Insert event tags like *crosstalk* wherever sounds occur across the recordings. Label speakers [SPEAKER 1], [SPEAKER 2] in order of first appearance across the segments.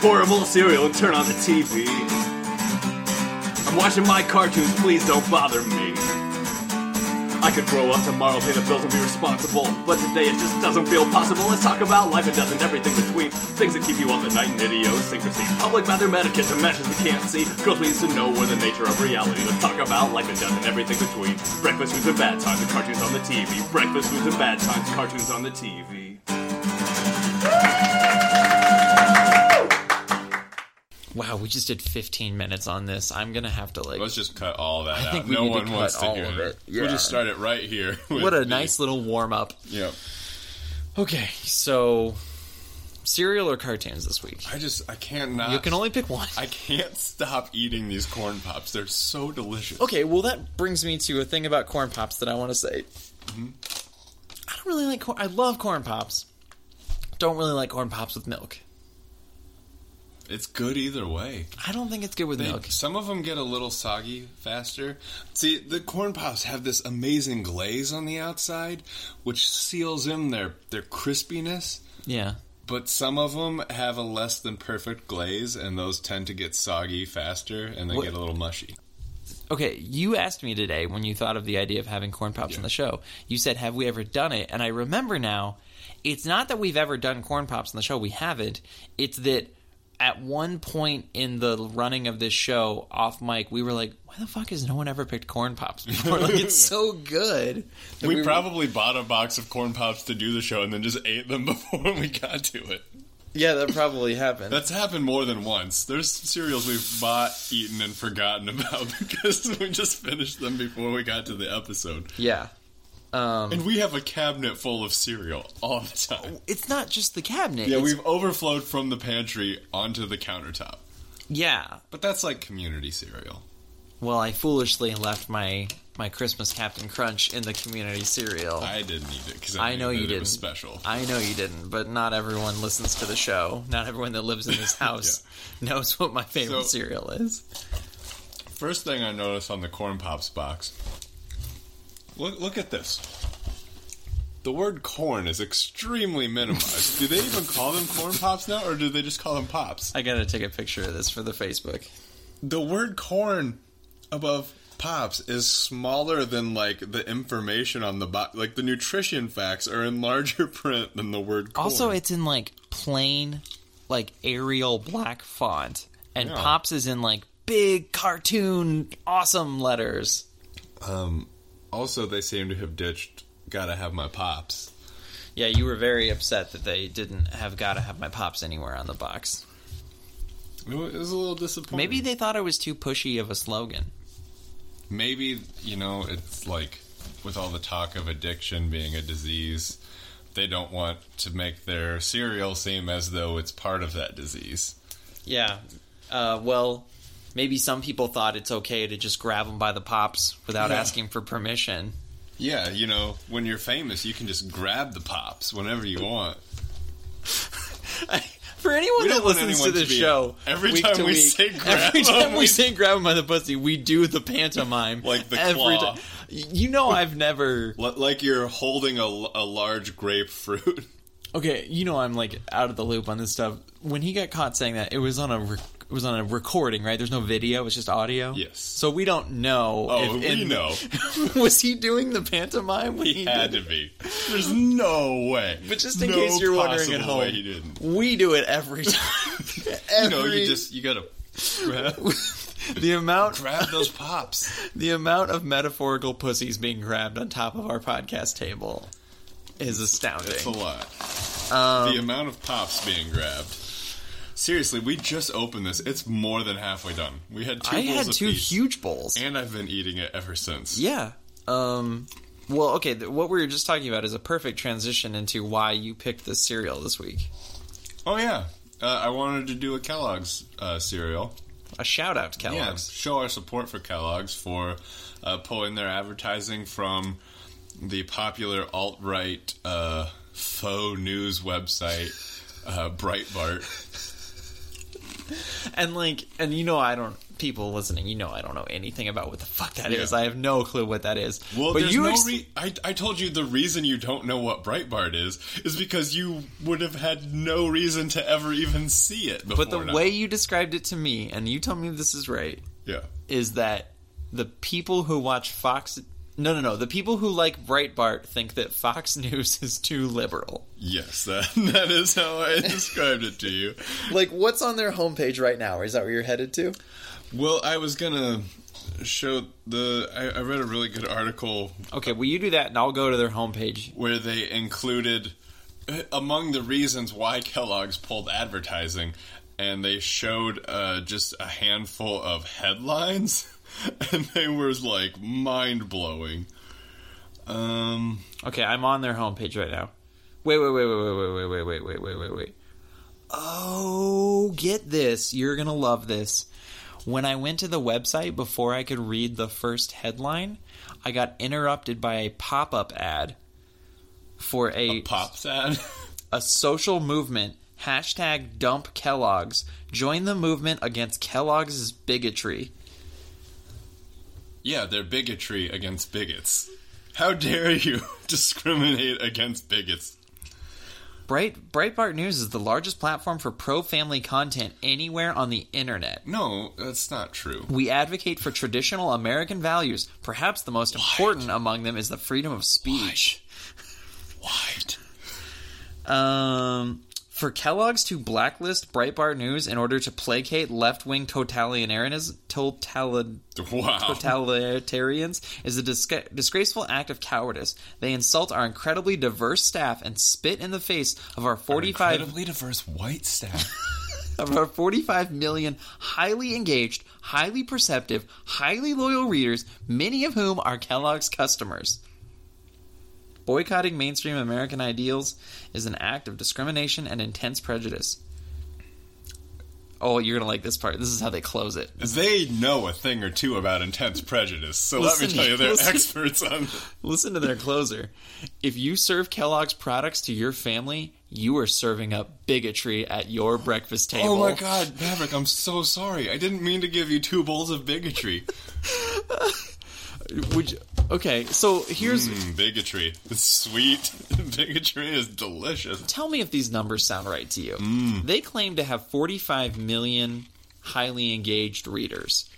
[SPEAKER 1] pour a bowl of cereal and turn on the TV. I'm watching my cartoons, please don't bother me. I could grow up tomorrow, pay the bills, and be responsible. But today it just doesn't feel possible. Let's talk about life and death and everything between. Things that keep you up at night and idiosyncrasy. Public bathroom etiquette to matches we can't see. Girls needs to know more the nature of reality. Let's talk about life and death and everything between. Breakfast foods and bad times and cartoons on the TV. Breakfast foods and bad times, cartoons on the TV.
[SPEAKER 2] Wow, we just did 15 minutes on this. I'm gonna have to like.
[SPEAKER 3] Let's just cut all that
[SPEAKER 2] I
[SPEAKER 3] out.
[SPEAKER 2] think we
[SPEAKER 3] no
[SPEAKER 2] need to
[SPEAKER 3] one
[SPEAKER 2] cut
[SPEAKER 3] wants to
[SPEAKER 2] all
[SPEAKER 3] hear
[SPEAKER 2] of
[SPEAKER 3] it.
[SPEAKER 2] it. Yeah.
[SPEAKER 3] We'll just start it right here. *laughs* with
[SPEAKER 2] What a
[SPEAKER 3] the-
[SPEAKER 2] nice little warm up.
[SPEAKER 3] Yeah.
[SPEAKER 2] Okay, so cereal or cartoons this week?
[SPEAKER 3] I just I can't not.
[SPEAKER 2] You can only pick one.
[SPEAKER 3] Uh, *laughs* I can't stop eating these corn pops. They're so delicious.
[SPEAKER 2] Okay, well that brings me to a thing about corn pops that I want to say.
[SPEAKER 3] Mm-hmm.
[SPEAKER 2] I don't really like corn. I love corn pops. Don't really like corn pops with milk.
[SPEAKER 3] It's good either way.
[SPEAKER 2] I don't think it's good with
[SPEAKER 3] They-
[SPEAKER 2] milk.
[SPEAKER 3] Some of them get a little soggy faster. See, the corn pops have this amazing glaze on the outside, which seals in their their crispiness.
[SPEAKER 2] Yeah.
[SPEAKER 3] But some of them have a less than perfect glaze, and those tend to get soggy faster, and they
[SPEAKER 2] What-
[SPEAKER 3] get a little mushy.
[SPEAKER 2] Okay, you asked me today when you thought of the idea of having corn pops on the show. You said, "Have we ever done it?" And I remember now, it's not that we've ever done corn pops on the show. We haven't. It's that at one point in the running of this show, off mic, we were like, "Why the fuck has no one ever picked corn pops before? like, it's so good." that
[SPEAKER 3] We,
[SPEAKER 2] were-
[SPEAKER 3] probably bought a box of corn pops to do the show, and then just *laughs* ate them before we got to it.
[SPEAKER 2] yeah, that probably happened.
[SPEAKER 3] That's happened more than once. There's cereals we've bought, eaten, and forgotten *laughs* about because we just finished them before we got to the episode.
[SPEAKER 2] *laughs* yeah. Um,
[SPEAKER 3] And we have a cabinet full of cereal all the time.
[SPEAKER 2] it's not just the cabinet.
[SPEAKER 3] Yeah,
[SPEAKER 2] it's-
[SPEAKER 3] we've overflowed from the pantry onto the countertop.
[SPEAKER 2] yeah.
[SPEAKER 3] But that's like community cereal.
[SPEAKER 2] Well, I foolishly left my my Christmas Captain Crunch in the community cereal.
[SPEAKER 3] I didn't eat it because
[SPEAKER 2] I
[SPEAKER 3] I, knew
[SPEAKER 2] know
[SPEAKER 3] that
[SPEAKER 2] you
[SPEAKER 3] it
[SPEAKER 2] didn't.
[SPEAKER 3] Was special.
[SPEAKER 2] I know you didn't, but not everyone listens to the show. Not everyone that lives in *laughs* this house knows what my favorite
[SPEAKER 3] So-
[SPEAKER 2] cereal is.
[SPEAKER 3] First thing I noticed on the corn pops box. Look, look at this. The word corn is extremely minimized. do they even call them corn pops now, or do they just call them pops?
[SPEAKER 2] I gotta take a picture of this for the Facebook.
[SPEAKER 3] the word corn above pops is smaller than like the information on the box like the nutrition facts are in larger *laughs* print than the word corn
[SPEAKER 2] Also, it's in like plain, like Arial black font, and
[SPEAKER 3] Yeah.
[SPEAKER 2] Pops is in like big cartoon awesome letters.
[SPEAKER 3] um also they seem to have ditched gotta have my pops
[SPEAKER 2] Yeah, you were very upset that they didn't have gotta have my Pops anywhere on the box.
[SPEAKER 3] it wa- it was a little disappointing
[SPEAKER 2] Maybe they thought it was too pushy of a slogan.
[SPEAKER 3] maybe you know it's like with all the talk of addiction being a disease they don't want to make their cereal seem as though it's part of that disease
[SPEAKER 2] Yeah. Uh, well, maybe some people thought it's okay to just grab them by the pops without
[SPEAKER 3] Yeah.
[SPEAKER 2] asking for permission.
[SPEAKER 3] yeah you know when you're famous you can just grab the pops whenever you want
[SPEAKER 2] For anyone
[SPEAKER 3] We
[SPEAKER 2] that
[SPEAKER 3] don't want
[SPEAKER 2] listens to
[SPEAKER 3] anyone to
[SPEAKER 2] this
[SPEAKER 3] be-
[SPEAKER 2] show,
[SPEAKER 3] every
[SPEAKER 2] week
[SPEAKER 3] time
[SPEAKER 2] to
[SPEAKER 3] we
[SPEAKER 2] week,
[SPEAKER 3] say
[SPEAKER 2] *laughs*
[SPEAKER 3] grab
[SPEAKER 2] every
[SPEAKER 3] *laughs* 'em,
[SPEAKER 2] time we,
[SPEAKER 3] we-
[SPEAKER 2] say grab 'em by the pussy, we do the pantomime
[SPEAKER 3] *laughs* Like the
[SPEAKER 2] every
[SPEAKER 3] claw.
[SPEAKER 2] ti- You know, I've never.
[SPEAKER 3] L- like you're holding a, l- a large grapefruit. *laughs*
[SPEAKER 2] Okay, you know, I'm like out of the loop on this stuff. When he got caught saying that, it was on a. Rec- it was on a recording, right? There's no video; it's just audio.
[SPEAKER 3] Yes.
[SPEAKER 2] So we don't know.
[SPEAKER 3] Oh,
[SPEAKER 2] if
[SPEAKER 3] we
[SPEAKER 2] in-
[SPEAKER 3] know.
[SPEAKER 2] *laughs* was he doing the pantomime? When he,
[SPEAKER 3] He
[SPEAKER 2] did
[SPEAKER 3] had to be. There's no way.
[SPEAKER 2] But just in
[SPEAKER 3] No
[SPEAKER 2] case you're wondering
[SPEAKER 3] possible
[SPEAKER 2] at home,
[SPEAKER 3] way he didn't.
[SPEAKER 2] we do it every *laughs* time. every,
[SPEAKER 3] You know, you just you gotta grab,
[SPEAKER 2] *laughs* the amount
[SPEAKER 3] grab those pops.
[SPEAKER 2] the amount of metaphorical pussies being grabbed on top of our podcast table is
[SPEAKER 3] It's a
[SPEAKER 2] astounding.
[SPEAKER 3] lot.
[SPEAKER 2] Um,
[SPEAKER 3] the amount of pops being grabbed. Seriously, we just opened this. It's more than halfway done. We had two.
[SPEAKER 2] I
[SPEAKER 3] bowls
[SPEAKER 2] had two
[SPEAKER 3] apiece,
[SPEAKER 2] huge bowls.
[SPEAKER 3] and I've been eating it ever since.
[SPEAKER 2] yeah. Um. Well, okay. Th- what we were just talking about is a perfect transition into why you picked this cereal this week.
[SPEAKER 3] Oh yeah, uh, I wanted to do a Kellogg's uh, cereal.
[SPEAKER 2] A shout out to
[SPEAKER 3] yeah,
[SPEAKER 2] Kellogg's.
[SPEAKER 3] show our support for Kellogg's for uh, pulling their advertising from the popular alt right uh, faux news website uh, Breitbart.
[SPEAKER 2] and like, and you know, I don't. People listening, you know, I don't know anything about what the fuck that is.
[SPEAKER 3] Yeah.
[SPEAKER 2] I have no clue what that is.
[SPEAKER 3] Well,
[SPEAKER 2] but
[SPEAKER 3] there's
[SPEAKER 2] you
[SPEAKER 3] no
[SPEAKER 2] ex-
[SPEAKER 3] re- I, I told you the reason you don't know what Breitbart is is because you would have had no reason to ever even see it before.
[SPEAKER 2] but the
[SPEAKER 3] now.
[SPEAKER 2] way you described it to me, and you tell me if this is right,
[SPEAKER 3] yeah,
[SPEAKER 2] is that the people who watch Fox. No, no, no. The people who like Breitbart think that Fox *laughs* News is too liberal.
[SPEAKER 3] yes, *laughs* that, that is how I *laughs* described it to you.
[SPEAKER 2] Like, what's on their homepage right now? Is that where you're headed to?
[SPEAKER 3] Well, I was gonna show the. I, I read a really good article
[SPEAKER 2] Okay, well, you do that, and I'll go to their homepage.
[SPEAKER 3] where they included uh, among the reasons why Kellogg's pulled advertising, and they showed uh, just a handful of headlines, *laughs* and they were like mind blowing. Um,
[SPEAKER 2] Okay, I'm on their homepage right now. Wait, wait, wait, wait, wait, wait, wait, wait, wait, wait, wait, wait. Oh, get this. You're going to love this. When I went to the website before I could read the first headline, I got interrupted by a pop up ad for a,
[SPEAKER 3] pop that.
[SPEAKER 2] a social movement. Hashtag dump Kellogg's. Join the movement against Kellogg's bigotry.
[SPEAKER 3] *laughs* yeah, they're bigotry against bigots. How dare you *laughs* discriminate against bigots?
[SPEAKER 2] Bright, Breitbart News is the largest platform for pro family content anywhere on the internet.
[SPEAKER 3] No, that's not true.
[SPEAKER 2] We advocate for traditional American values. Perhaps the most important among them is the freedom of speech.
[SPEAKER 3] What?
[SPEAKER 2] Um, for Kellogg's to blacklist Breitbart News in order to placate left wing totalitarianism, totali-
[SPEAKER 3] *laughs* Wow.
[SPEAKER 2] totalitarians is a disca- disgraceful act of cowardice. They insult our incredibly diverse staff and spit in the face of our 45
[SPEAKER 3] Incredibly diverse white staff.
[SPEAKER 2] of our 45 million highly engaged, highly perceptive, highly loyal readers, many of whom are Kellogg's customers. Boycotting mainstream American ideals is an act of discrimination and intense prejudice. Oh, you're going to like this part. This is how they close it.
[SPEAKER 3] They know a thing or two about intense prejudice, so let
[SPEAKER 2] Listen-
[SPEAKER 3] me tell you, they're
[SPEAKER 2] listen-
[SPEAKER 3] experts on.
[SPEAKER 2] Listen to their closer. If you serve Kellogg's products to your family, you are serving up bigotry at your breakfast table.
[SPEAKER 3] Oh my god, Maverick, I'm so sorry. I didn't mean to give you two bowls of bigotry.
[SPEAKER 2] Would you- okay, so here's
[SPEAKER 3] Mm, bigotry, it's sweet. *laughs* bigotry is delicious.
[SPEAKER 2] tell me if these numbers sound right to you.
[SPEAKER 3] Mm.
[SPEAKER 2] They claim to have 45 million highly engaged readers.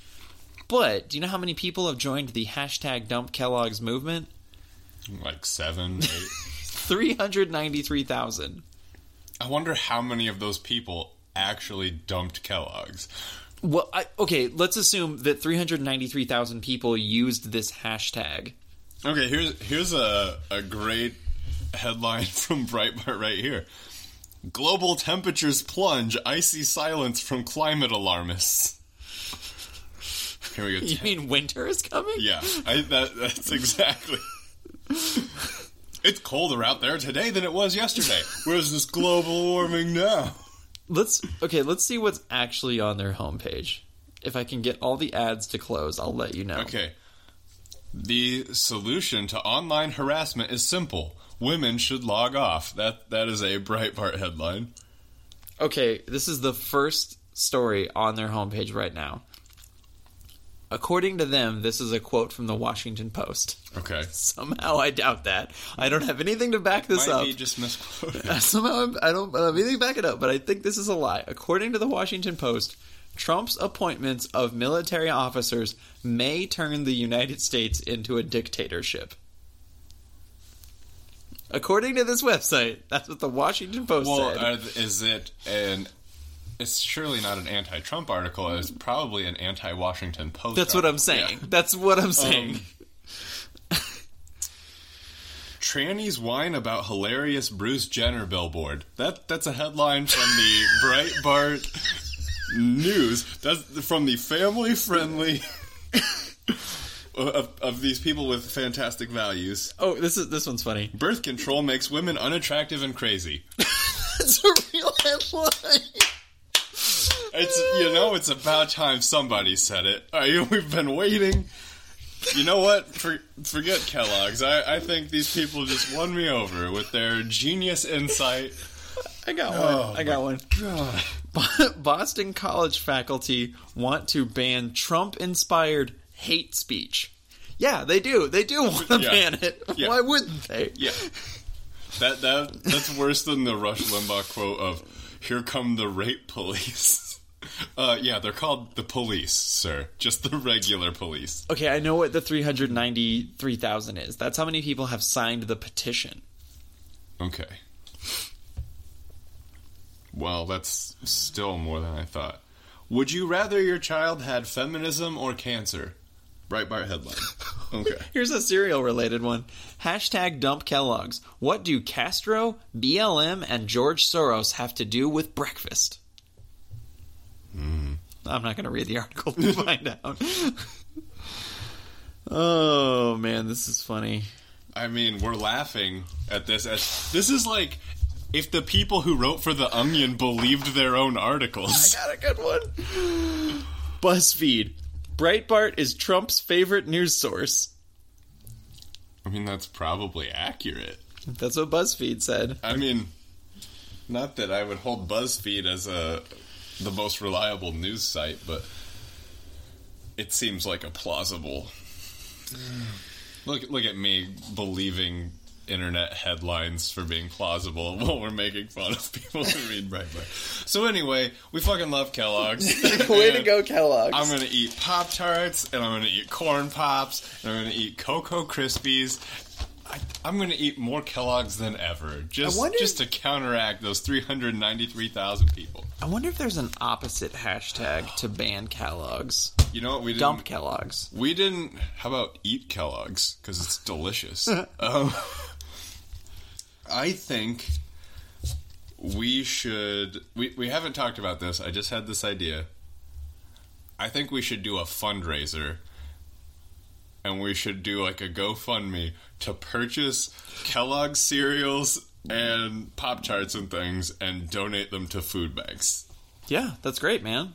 [SPEAKER 2] But do you know how many people have joined the hashtag dump Kellogg's movement?
[SPEAKER 3] Like seven, *laughs* eight.
[SPEAKER 2] 393,000.
[SPEAKER 3] I wonder how many of those people actually dumped Kellogg's.
[SPEAKER 2] Well, I, okay, let's assume that 393,000 people used this hashtag.
[SPEAKER 3] Okay, here's here's a, a great headline *laughs* from Breitbart right here. Global temperatures plunge, icy silence from climate alarmists. Here we go.
[SPEAKER 2] You mean winter is coming?
[SPEAKER 3] Yeah, I, that, that's exactly. it's colder out there today than it was yesterday. Where's this global warming now?
[SPEAKER 2] Let's okay, let's see what's actually on their homepage. If I can get all the ads to close, I'll let you know.
[SPEAKER 3] Okay. The solution to online harassment is simple. Women should log off. That that is a Breitbart headline.
[SPEAKER 2] Okay, this is the first story on their homepage right now. According to them, this is a quote from the Washington Post. *laughs*
[SPEAKER 3] Okay.
[SPEAKER 2] Somehow I doubt that. I don't have anything to back this
[SPEAKER 3] Might
[SPEAKER 2] up.
[SPEAKER 3] be
[SPEAKER 2] *laughs*
[SPEAKER 3] just misquoted.
[SPEAKER 2] Uh, Somehow I'm, I don't have anything to back it up, but I think this is a lie. According to the Washington Post, Trump's appointments of military officers may turn the United States into a dictatorship. According to this website, that's what the Washington Post said.
[SPEAKER 3] Well, are, th- is it an? It's surely not an anti-Trump article. It's probably an anti-Washington Post.
[SPEAKER 2] That's what I'm
[SPEAKER 3] article.
[SPEAKER 2] saying.
[SPEAKER 3] Yeah.
[SPEAKER 2] That's what I'm saying.
[SPEAKER 3] Trannies whine about hilarious Bruce Jenner billboard. That that's a headline from the
[SPEAKER 2] *laughs*
[SPEAKER 3] Breitbart news. That's from the
[SPEAKER 2] *laughs*
[SPEAKER 3] family-friendly of, of these people with fantastic values.
[SPEAKER 2] oh, this is this one's *laughs* funny.
[SPEAKER 3] Birth control makes women unattractive and crazy.
[SPEAKER 2] It's a real headline.
[SPEAKER 3] It's you know, it's about time somebody said it. I, *laughs* we've been waiting. You know what? For, forget Kellogg's. I, I think these people just won me over with their genius insight
[SPEAKER 2] I got
[SPEAKER 3] Oh,
[SPEAKER 2] one. I got one.
[SPEAKER 3] God.
[SPEAKER 2] *laughs* Bo- Boston college faculty want to ban Trump inspired hate speech. Yeah, they do. They do want to
[SPEAKER 3] *laughs* Yeah.
[SPEAKER 2] ban it.
[SPEAKER 3] Yeah.
[SPEAKER 2] Why wouldn't they?
[SPEAKER 3] Yeah. That that that's worse than the Rush Limbaugh quote of "Here come the rape police." *laughs* Uh, yeah, they're called the police, sir. Just the regular police.
[SPEAKER 2] Okay, I know what the 393,000 is. That's how many people have signed the petition.
[SPEAKER 3] Okay. Well, that's still more than I thought. Would you rather your child had feminism or cancer? Breitbart headline. Okay.
[SPEAKER 2] *laughs* Here's a cereal related one. Hashtag dump Kellogg's. What do Castro, BLM, and George Soros have to do with breakfast? Hmm. I'm not going to read the article to find out. *laughs* oh, man, this is funny.
[SPEAKER 3] I mean, we're laughing at this as this is like if the people who wrote for the Onion believed their own articles.
[SPEAKER 2] Got a good one. BuzzFeed. Breitbart is Trump's favorite news source.
[SPEAKER 3] I mean, that's probably accurate.
[SPEAKER 2] That's what BuzzFeed said.
[SPEAKER 3] I mean, not that I would hold BuzzFeed as a the most reliable news site, but it seems like a plausible. Look, look at me believing internet headlines for being plausible *laughs* while we're making fun of people who read Breitbart. So anyway, we fucking love Kellogg's.
[SPEAKER 2] *laughs* Way to
[SPEAKER 3] And-
[SPEAKER 2] go, Kellogg's.
[SPEAKER 3] I'm gonna eat Pop Tarts, and I'm gonna eat Corn Pops, and I'm gonna eat Cocoa Krispies. I, I'm gonna eat more Kellogg's than ever, just
[SPEAKER 2] I wonder-
[SPEAKER 3] just to counteract those 393,000 people.
[SPEAKER 2] I wonder if there's an opposite hashtag to ban Kellogg's.
[SPEAKER 3] You know what we didn't?
[SPEAKER 2] Dump Kellogg's.
[SPEAKER 3] We didn't. How about eat Kellogg's because it's delicious. um, I think we should. We we haven't talked about this. I just had this idea. I think we should do a fundraiser, and we should do like a GoFundMe to purchase Kellogg's cereals and Pop Tarts and things, and donate them to food banks.
[SPEAKER 2] Yeah, that's great, man.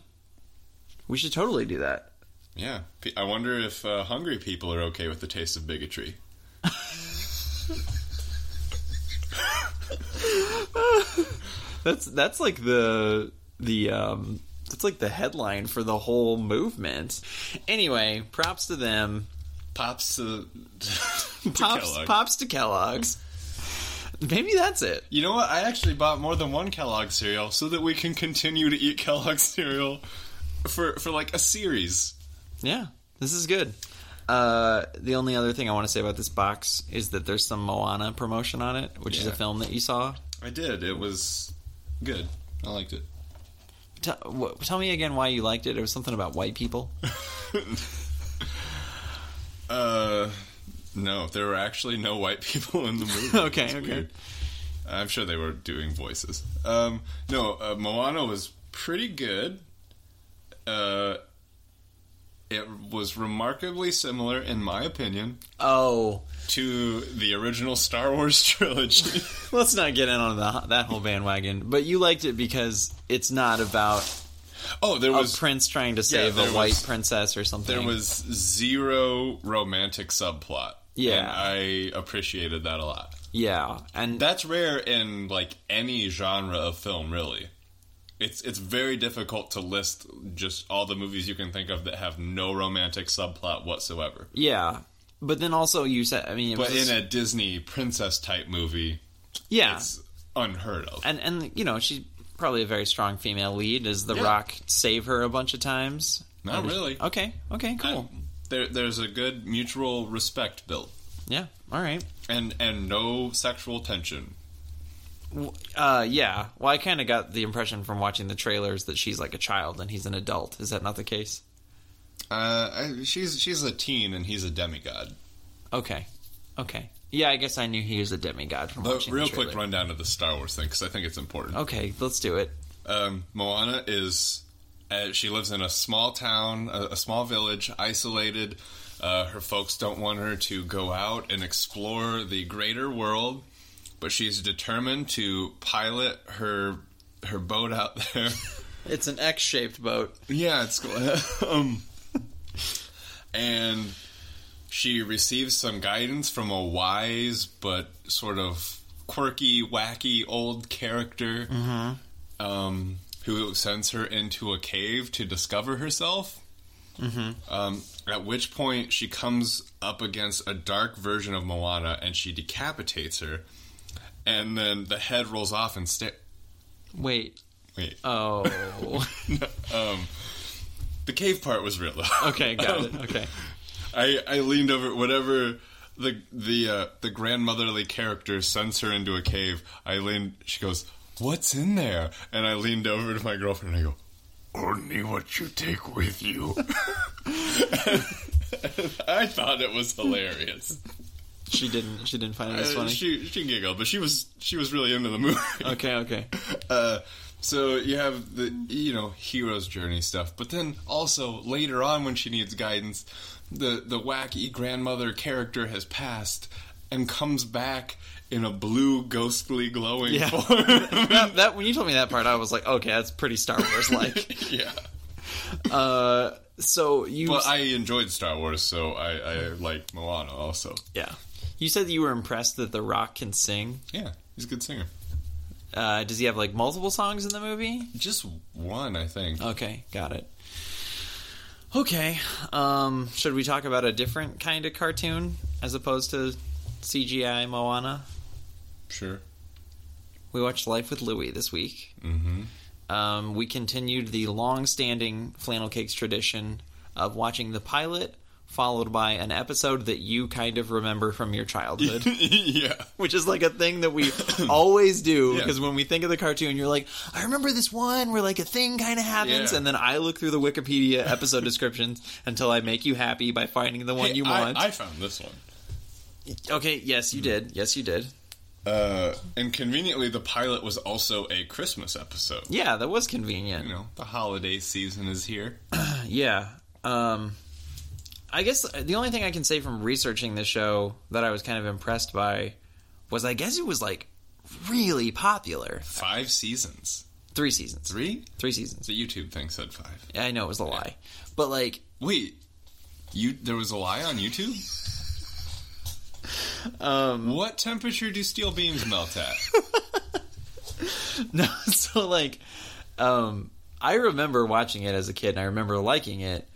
[SPEAKER 2] We should totally do that.
[SPEAKER 3] Yeah, P- I wonder if uh, hungry people are okay with the taste of bigotry.
[SPEAKER 2] That's that's like the the um that's like the headline for the whole movement. Anyway, props to them.
[SPEAKER 3] Pops *laughs* to, to
[SPEAKER 2] Pops
[SPEAKER 3] Kellogg.
[SPEAKER 2] pops to Kellogg's. Maybe that's it.
[SPEAKER 3] You know what? I actually bought more than one Kellogg cereal so that we can continue to eat *laughs* Kellogg cereal for for like a series.
[SPEAKER 2] Yeah, this is good. Uh, the only other thing I want to say about this box is that there's some Moana promotion on it, which is a
[SPEAKER 3] Yeah.
[SPEAKER 2] film that you saw.
[SPEAKER 3] I did. It was good. I liked it.
[SPEAKER 2] T- wh- tell me again why you liked it. It was something about white people.
[SPEAKER 3] Uh, no, there were actually no white *laughs* people in the
[SPEAKER 2] *laughs*
[SPEAKER 3] movie.
[SPEAKER 2] Okay,
[SPEAKER 3] It's
[SPEAKER 2] okay.
[SPEAKER 3] I'm sure they were doing voices. Um, no, uh, Moana was pretty good. Uh, it was remarkably similar, in my opinion,
[SPEAKER 2] Oh,
[SPEAKER 3] to the original Star Wars *laughs* trilogy.
[SPEAKER 2] let's not get in on the, that whole bandwagon. But you liked it because it's not about
[SPEAKER 3] oh, there
[SPEAKER 2] a
[SPEAKER 3] was
[SPEAKER 2] prince trying to save
[SPEAKER 3] there
[SPEAKER 2] a
[SPEAKER 3] was-
[SPEAKER 2] white princess or something.
[SPEAKER 3] there was zero romantic subplot.
[SPEAKER 2] Yeah.
[SPEAKER 3] and I appreciated that a lot.
[SPEAKER 2] yeah, and
[SPEAKER 3] That's rare in like any genre of film, really. It's it's very difficult to list just all the movies you can think of that have no romantic subplot whatsoever.
[SPEAKER 2] yeah, but then also you said, I mean, it
[SPEAKER 3] But
[SPEAKER 2] was,
[SPEAKER 3] in a Disney princess type movie,
[SPEAKER 2] yeah,
[SPEAKER 3] it's unheard of.
[SPEAKER 2] and and you know she's probably a very strong female lead. Does The
[SPEAKER 3] Yeah.
[SPEAKER 2] Rock save her a bunch of times?
[SPEAKER 3] Not
[SPEAKER 2] Or-
[SPEAKER 3] really.
[SPEAKER 2] Okay. Okay. Cool.
[SPEAKER 3] There, there's a good mutual respect built,
[SPEAKER 2] yeah. All right.
[SPEAKER 3] and and no sexual tension.
[SPEAKER 2] W- Uh, yeah. Well, I kind of got the impression from watching the trailers that she's like a child and he's an adult. Is that not the case?
[SPEAKER 3] Uh, I, she's she's a teen and he's a demigod.
[SPEAKER 2] Okay. Okay. Yeah, I guess I knew he was a demigod from
[SPEAKER 3] But
[SPEAKER 2] watching
[SPEAKER 3] real
[SPEAKER 2] the trailer.
[SPEAKER 3] quick rundown of the Star Wars thing because I think it's important.
[SPEAKER 2] Okay, let's do it.
[SPEAKER 3] Um, Moana is uh, she lives in a small town, a, a small village, isolated. Uh, her folks don't want her to go out and explore the greater world, but she's determined to pilot her her boat out *laughs* there.
[SPEAKER 2] It's an X-shaped boat.
[SPEAKER 3] yeah, it's cool. *laughs* um, and she receives some guidance from a wise but sort of quirky, wacky old character um, who sends her into a cave to discover herself. Um, at which point, she comes up against a dark version of Moana and she decapitates her. And then the head rolls off and sta-
[SPEAKER 2] Wait.
[SPEAKER 3] Wait, *laughs*
[SPEAKER 2] Oh.
[SPEAKER 3] the cave part was real though.
[SPEAKER 2] okay, got it.
[SPEAKER 3] Um,
[SPEAKER 2] Okay.
[SPEAKER 3] I, I leaned over whatever the the uh, the grandmotherly character sends her into a cave. I leaned. She goes, "What's in there?" And I leaned over to my girlfriend and I go, "Only what you take with you." *laughs* I thought it was hilarious.
[SPEAKER 2] She didn't. She didn't find it as
[SPEAKER 3] Uh,
[SPEAKER 2] funny.
[SPEAKER 3] she she giggled, but she was she was really into the movie.
[SPEAKER 2] okay.
[SPEAKER 3] *laughs*
[SPEAKER 2] Okay.
[SPEAKER 3] Uh, so you have the you know hero's journey stuff, but then also later on when she needs guidance, the the wacky grandmother character has passed and comes back in a blue ghostly glowing
[SPEAKER 2] Yeah.
[SPEAKER 3] form.
[SPEAKER 2] *laughs*
[SPEAKER 3] *laughs*
[SPEAKER 2] that, that when you told me that part, I was like, okay, that's pretty Star Wars like.
[SPEAKER 3] yeah.
[SPEAKER 2] uh, so you.
[SPEAKER 3] Well, I enjoyed Star Wars, so I, I like Moana also.
[SPEAKER 2] yeah. You said that you were impressed that The Rock can sing.
[SPEAKER 3] Yeah, he's a good singer.
[SPEAKER 2] Uh, does he have like multiple songs in the movie?
[SPEAKER 3] Just one, I think.
[SPEAKER 2] Okay, got it. Okay, um, should we talk about a different kind of cartoon as opposed to CGI Moana?
[SPEAKER 3] Sure.
[SPEAKER 2] We watched Life with Louie this week. Mm-hmm. Um, we continued the long-standing flannel cakes tradition of watching the pilot, followed by an episode that you kind of remember from your childhood.
[SPEAKER 3] *laughs* yeah.
[SPEAKER 2] which is like a thing that
[SPEAKER 3] *coughs*
[SPEAKER 2] we always do
[SPEAKER 3] Yeah.
[SPEAKER 2] because when we think of the cartoon you're like i remember this one where like a thing kind of happens
[SPEAKER 3] Yeah.
[SPEAKER 2] and then i look through the wikipedia
[SPEAKER 3] *laughs*
[SPEAKER 2] episode descriptions until i make you happy by finding the one
[SPEAKER 3] Hey,
[SPEAKER 2] you
[SPEAKER 3] I-
[SPEAKER 2] want
[SPEAKER 3] I found this one.
[SPEAKER 2] okay yes you did yes you did
[SPEAKER 3] Uh, and conveniently, the pilot was also a Christmas episode.
[SPEAKER 2] yeah that was convenient
[SPEAKER 3] you know, the holiday season is here.
[SPEAKER 2] yeah um i guess the only thing i can say from researching this show that i was kind of impressed by was i guess it was like really popular
[SPEAKER 3] Five seasons.
[SPEAKER 2] three seasons
[SPEAKER 3] Three?
[SPEAKER 2] three seasons
[SPEAKER 3] The YouTube thing said five.
[SPEAKER 2] i know it was a lie but like
[SPEAKER 3] Wait, you there was a lie on YouTube?
[SPEAKER 2] um
[SPEAKER 3] What temperature do steel beams
[SPEAKER 2] *laughs*
[SPEAKER 3] melt at?
[SPEAKER 2] No, so like, um, I remember watching it as a kid, and I remember liking it,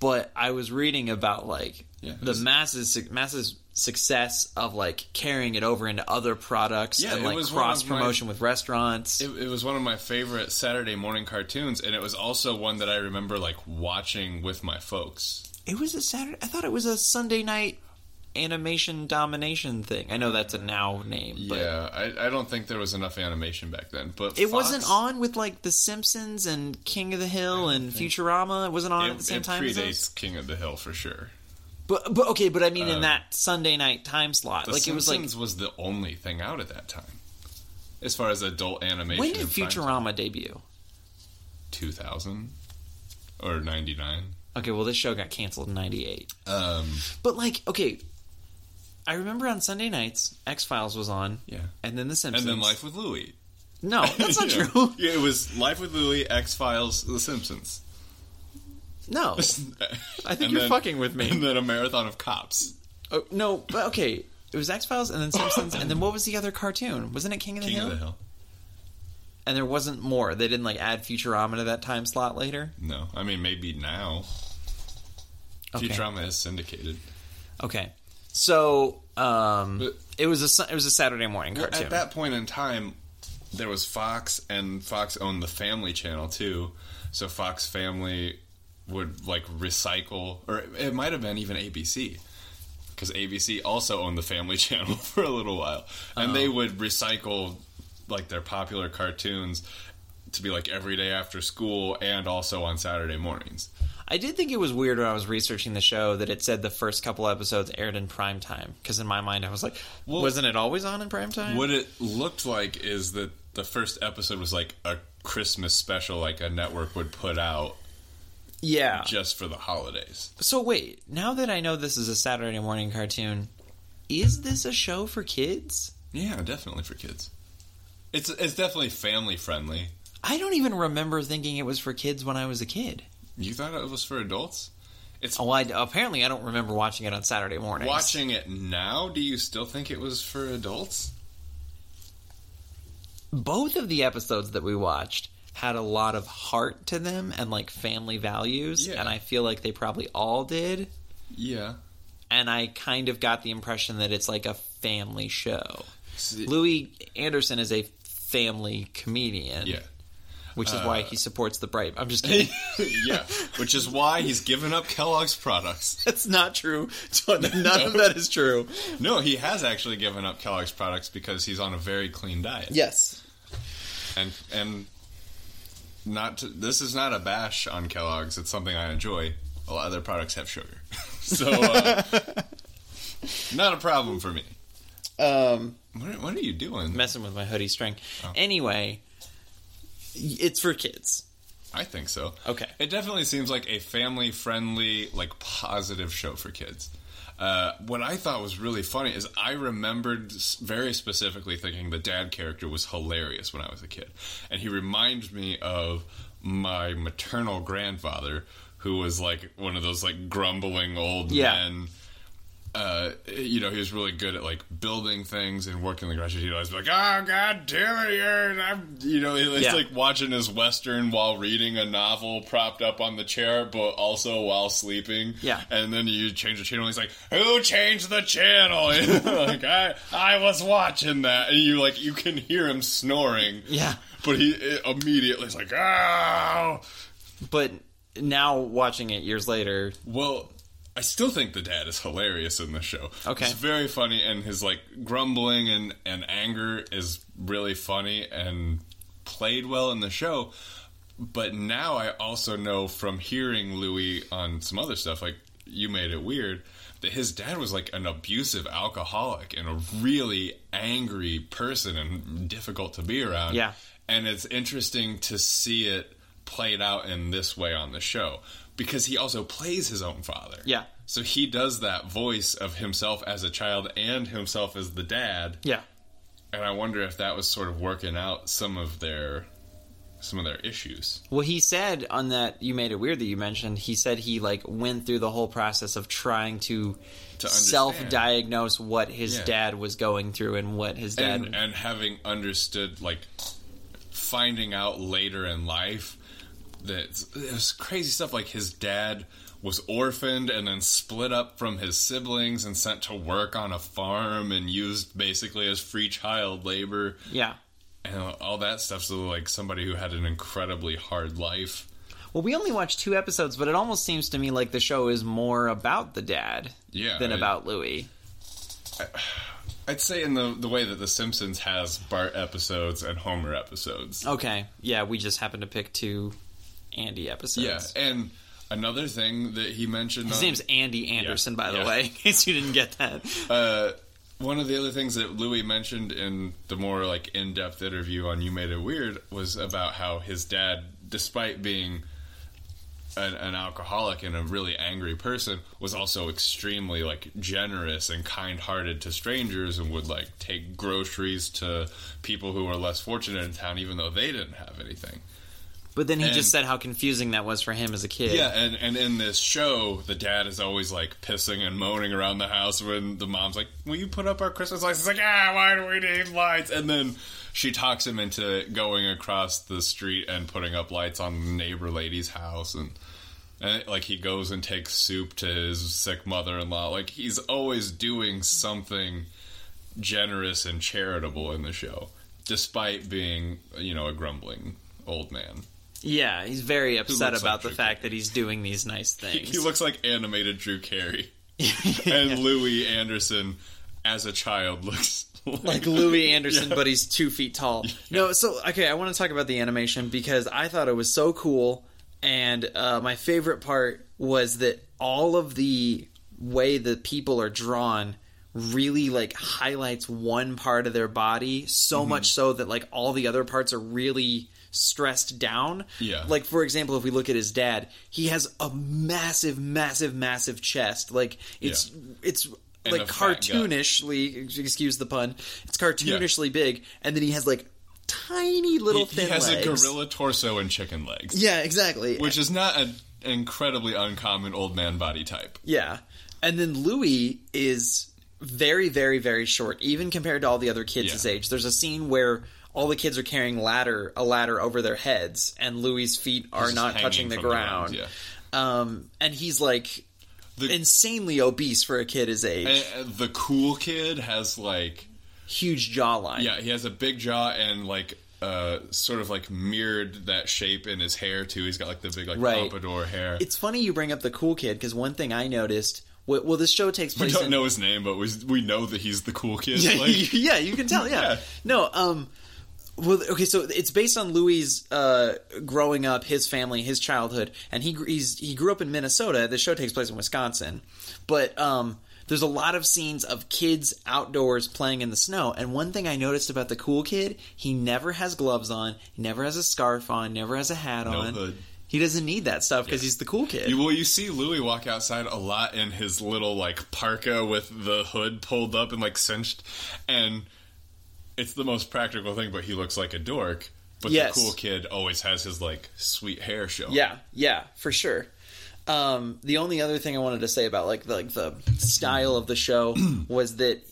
[SPEAKER 2] but I was reading about like
[SPEAKER 3] Yeah, it
[SPEAKER 2] the
[SPEAKER 3] was-
[SPEAKER 2] masses, masses success of like carrying it over into other products
[SPEAKER 3] Yeah,
[SPEAKER 2] and
[SPEAKER 3] it
[SPEAKER 2] like
[SPEAKER 3] was one of my-
[SPEAKER 2] cross promotion with restaurants.
[SPEAKER 3] it, it was one of my favorite Saturday morning cartoons, and it was also one that I remember like watching with my folks.
[SPEAKER 2] It was a Saturday. I thought it was a Sunday night animation domination thing. I know that's a now name, but
[SPEAKER 3] Yeah, I, I don't think there was enough animation back then, but
[SPEAKER 2] it
[SPEAKER 3] Fox-
[SPEAKER 2] wasn't on with like The Simpsons and King of the Hill and Futurama. It wasn't on
[SPEAKER 3] It,
[SPEAKER 2] at the same
[SPEAKER 3] it
[SPEAKER 2] time. as those?
[SPEAKER 3] predates King of the Hill for sure.
[SPEAKER 2] But, but okay, but I mean
[SPEAKER 3] Uh,
[SPEAKER 2] in that Sunday night time slot,
[SPEAKER 3] The
[SPEAKER 2] like
[SPEAKER 3] Simpsons
[SPEAKER 2] it was
[SPEAKER 3] was the only thing out at that time, as far as adult
[SPEAKER 2] like
[SPEAKER 3] animation.
[SPEAKER 2] when did
[SPEAKER 3] in prime time.
[SPEAKER 2] Futurama debut?
[SPEAKER 3] 2000 or 99
[SPEAKER 2] Okay, well this show got canceled in '98.
[SPEAKER 3] um
[SPEAKER 2] But like, okay, I remember on Sunday nights X Files was on,
[SPEAKER 3] yeah
[SPEAKER 2] and then The
[SPEAKER 3] and
[SPEAKER 2] Simpsons,
[SPEAKER 3] then life with louie
[SPEAKER 2] No, that's not
[SPEAKER 3] *laughs* Yeah.
[SPEAKER 2] true.
[SPEAKER 3] yeah, it was life with louie x-files the simpsons *laughs*
[SPEAKER 2] No, *laughs* I think
[SPEAKER 3] And
[SPEAKER 2] you're
[SPEAKER 3] then-
[SPEAKER 2] fucking with
[SPEAKER 3] *laughs*
[SPEAKER 2] me.
[SPEAKER 3] and then a marathon of cops
[SPEAKER 2] Oh, no, but okay, it was X Files and then Simpsons, and then what was the other cartoon? Wasn't it King of the
[SPEAKER 3] king
[SPEAKER 2] Hill?
[SPEAKER 3] of the hill
[SPEAKER 2] And there wasn't more. They didn't like add Futurama to that time slot later.
[SPEAKER 3] no i mean maybe now
[SPEAKER 2] Okay.
[SPEAKER 3] futurama is syndicated
[SPEAKER 2] Okay, so um,
[SPEAKER 3] But-
[SPEAKER 2] it was a Sun- it was a Saturday morning cartoon.
[SPEAKER 3] Uh, at that point in time there was fox and fox owned the family channel too so fox family would like recycle or it- it might have been even abc because abc also owned the family *laughs* channel for a little while and they would recycle like their popular cartoons to be like every day after school and also on saturday mornings
[SPEAKER 2] I did think it was weird when I was researching the show that it said the first couple episodes aired in prime time because in my mind I was like,
[SPEAKER 3] Well-
[SPEAKER 2] wasn't it always on in prime time?
[SPEAKER 3] What it looked like is that the first episode was like a Christmas special, like a network would put out
[SPEAKER 2] yeah.
[SPEAKER 3] just for the holidays.
[SPEAKER 2] So wait, now that I know this is a Saturday morning cartoon, is this a show for kids?
[SPEAKER 3] Yeah, definitely for kids. It's it's definitely family friendly.
[SPEAKER 2] I don't even remember thinking it was for kids when I was a kid.
[SPEAKER 3] You thought it was for adults?
[SPEAKER 2] Oh, I, apparently I don't remember watching it on Saturday mornings.
[SPEAKER 3] Watching it now, do you still think it was for adults?
[SPEAKER 2] both of the episodes that we watched had a lot of heart to them and like family values,
[SPEAKER 3] Yeah.
[SPEAKER 2] and I feel like they probably all did.
[SPEAKER 3] Yeah.
[SPEAKER 2] And I kind of got the impression that it's like a family show.
[SPEAKER 3] See-
[SPEAKER 2] Louis Anderson is a family comedian,
[SPEAKER 3] Yeah.
[SPEAKER 2] which is why he supports the bright. I'm just *laughs* kidding.
[SPEAKER 3] *laughs* yeah. Which is why he's given up
[SPEAKER 2] *laughs*
[SPEAKER 3] Kellogg's products.
[SPEAKER 2] That's not true. None of that is true.
[SPEAKER 3] No, he has actually given up Kellogg's products because he's on a very clean diet.
[SPEAKER 2] Yes.
[SPEAKER 3] and and not to, this is not a bash on Kellogg's. It's something I enjoy. A lot of their products have sugar, *laughs* so uh, not a problem for me.
[SPEAKER 2] Um, Oh.
[SPEAKER 3] What, are- what are you doing?
[SPEAKER 2] messing with my hoodie string. Anyway, y- it's for kids.
[SPEAKER 3] I think so.
[SPEAKER 2] Okay.
[SPEAKER 3] It definitely seems like a family friendly, like positive show for kids. Uh, what I thought was really funny is I remembered s- very specifically thinking the dad character was hilarious when I was a kid. And he reminded me of my maternal grandfather, who was like one of those like grumbling old
[SPEAKER 2] Yeah.
[SPEAKER 3] men. Uh, you know, he was really good at like building things and working the garage. He'd always be like, "Oh God damn it, you're," I'm, you know, it's
[SPEAKER 2] Yeah.
[SPEAKER 3] like watching his western while reading a novel propped up on the chair, but also while sleeping.
[SPEAKER 2] Yeah.
[SPEAKER 3] And then you change the channel. And he's like, "Who changed the channel?" *laughs* like I, I was watching that, and you like you can hear him snoring.
[SPEAKER 2] Yeah.
[SPEAKER 3] But he it immediately is like, "Oh."
[SPEAKER 2] But now watching it years later,
[SPEAKER 3] Well, I still think the dad is hilarious in the show.
[SPEAKER 2] Okay.
[SPEAKER 3] It's very funny, and his like grumbling and and anger is really funny and played well in the show. But now I also know from hearing Louis on some other stuff, like you made it weird, that his dad was like an abusive alcoholic and a really angry person and difficult to be around
[SPEAKER 2] Yeah.
[SPEAKER 3] and it's interesting to see it played out in this way on the show because he also plays his own father.
[SPEAKER 2] Yeah.
[SPEAKER 3] So he does that voice of himself as a child and himself as the dad.
[SPEAKER 2] yeah,
[SPEAKER 3] And I wonder if that was sort of working out some of their some of their issues.
[SPEAKER 2] Well, he said on that you made it weird that you mentioned. He said he like went through the whole process of trying to,
[SPEAKER 3] To understand.
[SPEAKER 2] self-diagnose what his
[SPEAKER 3] Yeah.
[SPEAKER 2] dad was going through and what his dad.
[SPEAKER 3] and, uh, and having understood like finding out later in life that it was crazy stuff like his dad was orphaned and then split up from his siblings and sent to work on a farm and used basically as free child labor
[SPEAKER 2] yeah.
[SPEAKER 3] and all that stuff so like somebody who had an incredibly hard life
[SPEAKER 2] Well, we only watched two episodes, but it almost seems to me like the show is more about the dad
[SPEAKER 3] Yeah,
[SPEAKER 2] than
[SPEAKER 3] I-
[SPEAKER 2] about Louis.
[SPEAKER 3] i'd say in the the way that the simpsons has bart episodes and homer episodes
[SPEAKER 2] Okay. Yeah, we just happened to pick two Andy episodes.
[SPEAKER 3] yeah and another thing that he mentioned
[SPEAKER 2] His
[SPEAKER 3] on-
[SPEAKER 2] name's Andy Anderson, by the
[SPEAKER 3] yeah.
[SPEAKER 2] way, *laughs* in case you didn't get that.
[SPEAKER 3] Uh, one of the other things that Louis mentioned in the more like in-depth interview on You Made It Weird was about how his dad, despite being an, an alcoholic and a really angry person, was also extremely like generous and kind-hearted to strangers and would like take groceries to people who were less fortunate in town, even though they didn't have anything.
[SPEAKER 2] But then he just
[SPEAKER 3] And-
[SPEAKER 2] said how confusing that was for him as a kid.
[SPEAKER 3] Yeah, and, and in this show, the dad is always like pissing and moaning around the house when the mom's like, Will you put up our Christmas lights? He's like, Ah, why do we need lights? And then she talks him into going across the street and putting up lights on the neighbor lady's house and and like he goes and takes soup to his sick mother in law. Like he's always doing something generous and charitable in the show, despite being, you know, a grumbling old man.
[SPEAKER 2] Yeah, he's very upset
[SPEAKER 3] looks
[SPEAKER 2] about
[SPEAKER 3] like
[SPEAKER 2] the
[SPEAKER 3] Drew
[SPEAKER 2] fact that he's doing these nice things.
[SPEAKER 3] *laughs* He looks like animated Drew Carey.
[SPEAKER 2] *laughs*
[SPEAKER 3] and Louis Anderson as a child looks
[SPEAKER 2] *laughs*
[SPEAKER 3] like,
[SPEAKER 2] like Louis Anderson, but he's two feet tall. No, so okay, I want to talk about the animation because I thought it was so cool, and uh, my favorite part was that all of the way the people are drawn really like highlights one part of their body so much so that like all the other parts are really stressed down
[SPEAKER 3] Yeah.
[SPEAKER 2] like for example if we look at his dad he has a massive massive massive chest like it's it's
[SPEAKER 3] And
[SPEAKER 2] like
[SPEAKER 3] a fat gut.
[SPEAKER 2] cartoonish cartoonishly excuse the pun it's cartoonishly big and then he has like tiny little
[SPEAKER 3] he,
[SPEAKER 2] thin
[SPEAKER 3] has
[SPEAKER 2] legs.
[SPEAKER 3] a gorilla torso and chicken legs,
[SPEAKER 2] yeah exactly
[SPEAKER 3] which is not an incredibly uncommon old man body type.
[SPEAKER 2] yeah and then louis is very very very short even compared to all the other kids
[SPEAKER 3] Yeah.
[SPEAKER 2] his age there's a scene where all the kids are carrying ladder a ladder over their heads, and Louis's feet are
[SPEAKER 3] just
[SPEAKER 2] not
[SPEAKER 3] hanging
[SPEAKER 2] touching the
[SPEAKER 3] from the
[SPEAKER 2] ground.
[SPEAKER 3] ground, yeah.
[SPEAKER 2] Um, and he's like
[SPEAKER 3] The-
[SPEAKER 2] insanely obese for a kid his age.
[SPEAKER 3] And, uh, the cool kid has like
[SPEAKER 2] Huge jawline.
[SPEAKER 3] yeah, he has a big jaw and like uh sort of like mirrored that shape in his hair too. He's got like the big like
[SPEAKER 2] Right.
[SPEAKER 3] pompadour hair.
[SPEAKER 2] It's funny you bring up the cool kid because one thing I noticed. Well, well, this show takes
[SPEAKER 3] we
[SPEAKER 2] place. *laughs*
[SPEAKER 3] don't
[SPEAKER 2] in,
[SPEAKER 3] know his name, but we we know that he's the cool kid.
[SPEAKER 2] Yeah,
[SPEAKER 3] like,
[SPEAKER 2] you- yeah, you can tell. Yeah.
[SPEAKER 3] Yeah.
[SPEAKER 2] No, um well okay, so it's based on Louis uh growing up, his family, his childhood, and he gr- he's he grew up in Minnesota. The show takes place in Wisconsin. But um there's a lot of scenes of kids outdoors playing in the snow, and one thing I noticed about the cool kid, he never has gloves on, never has a scarf on, never has a hat on.
[SPEAKER 3] hood.
[SPEAKER 2] He doesn't need that stuff because he's the cool kid.
[SPEAKER 3] You- Well, you see Louis walk outside a lot in his little like parka with the hood pulled up and like cinched, and it's the most practical thing. But he looks like a dork. But
[SPEAKER 2] Yes.
[SPEAKER 3] the cool kid always has his like sweet hair showing.
[SPEAKER 2] Yeah, yeah, for sure. Um, the only other thing I wanted to say about like the, like the style of the
[SPEAKER 3] *clears throat*
[SPEAKER 2] show was that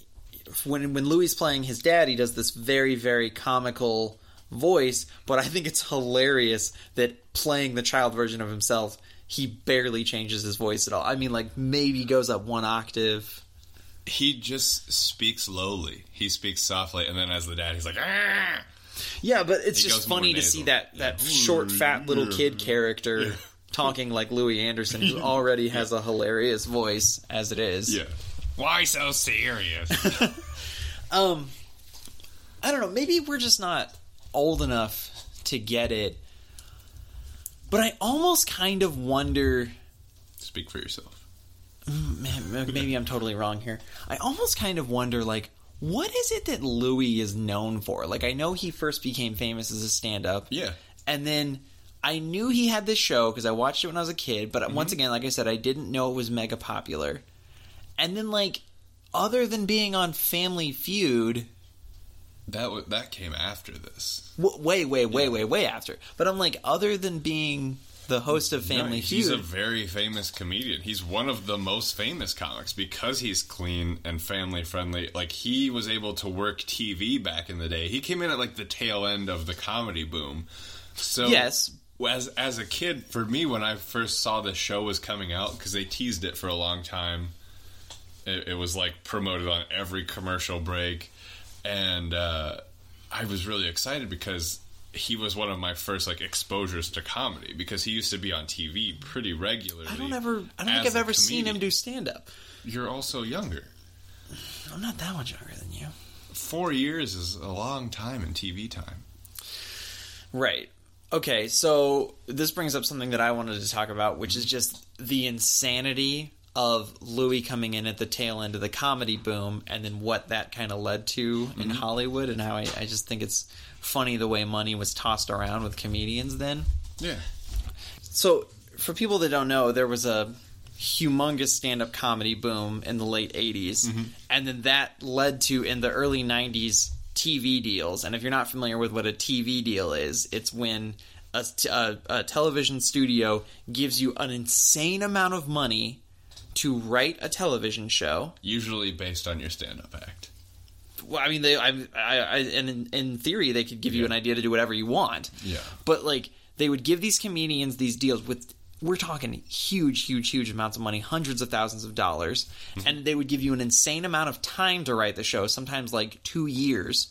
[SPEAKER 2] when when Louis playing his dad, he does this very very comical voice, but I think it's hilarious that playing the child version of himself, he barely changes his voice at all. I mean, like maybe goes up one octave.
[SPEAKER 3] he just speaks lowly. He speaks softly, and then as the dad, he's like, "Ah!"
[SPEAKER 2] Yeah, but it's
[SPEAKER 3] He
[SPEAKER 2] just
[SPEAKER 3] goes more
[SPEAKER 2] funny to
[SPEAKER 3] nasal.
[SPEAKER 2] see that that
[SPEAKER 3] Yeah.
[SPEAKER 2] short, fat little kid character
[SPEAKER 3] *laughs* Yeah.
[SPEAKER 2] talking like Louis Anderson, who already has a hilarious voice as it is.
[SPEAKER 3] yeah. Why so serious?
[SPEAKER 2] Um, I don't know. Maybe we're just not old enough to get it. But I almost kind of wonder.
[SPEAKER 3] Speak for yourself.
[SPEAKER 2] Man, m- maybe I'm totally wrong here. I almost kind of wonder, like, what is it that Louis is known for? Like, I know he first became famous as a stand-up.
[SPEAKER 3] Yeah.
[SPEAKER 2] And then I knew he had this show because I watched it when I was a kid. But once again, like I said, I didn't know it was mega popular. And then, like, other than being on Family Feud,
[SPEAKER 3] That w- that came after this.
[SPEAKER 2] w- way, way, way, way, way after. But I'm like, other than being the host of Family
[SPEAKER 3] No,
[SPEAKER 2] Feud,
[SPEAKER 3] he's a very famous comedian. He's one of the most famous comics because he's clean and family friendly. Like he was able to work TV back in the day. He came in at like the tail end of the comedy boom. So
[SPEAKER 2] Yes.
[SPEAKER 3] as as a kid, for me when I first saw the show was coming out because they teased it for a long time. It, it was like promoted on every commercial break, and uh, I was really excited because he was one of my first like exposures to comedy because he used to be on TV pretty regularly.
[SPEAKER 2] I don't ever, I don't
[SPEAKER 3] as
[SPEAKER 2] think I've
[SPEAKER 3] a
[SPEAKER 2] ever seen him
[SPEAKER 3] comedian.
[SPEAKER 2] do stand up.
[SPEAKER 3] You're also younger.
[SPEAKER 2] I'm not that much younger than you.
[SPEAKER 3] Four years is a long time in TV time.
[SPEAKER 2] Right. Okay, so this brings up something that I wanted to talk about, which is just the insanity of Louis coming in at the tail end of the comedy boom and then what that kind of led to in Hollywood and how I, I just think it's funny the way money was tossed around with comedians then.
[SPEAKER 3] Yeah,
[SPEAKER 2] So, for people that don't know, there was a humongous stand up comedy boom in the late 80s. And then that led to, in the early 90s, TV deals. And if you're not familiar with what a TV deal is, it's when a, t- a- a television studio gives you an insane amount of money to write a television show.
[SPEAKER 3] usually based on your stand-up act.
[SPEAKER 2] Well, I mean, they, I, I, I, and in, in theory, they could give you an idea to do whatever you want.
[SPEAKER 3] Yeah.
[SPEAKER 2] But like, they would give these comedians these deals with, we're talking huge, huge, huge amounts of money, hundreds of thousands of dollars, and they would give you an insane amount of time to write the show, sometimes like two years,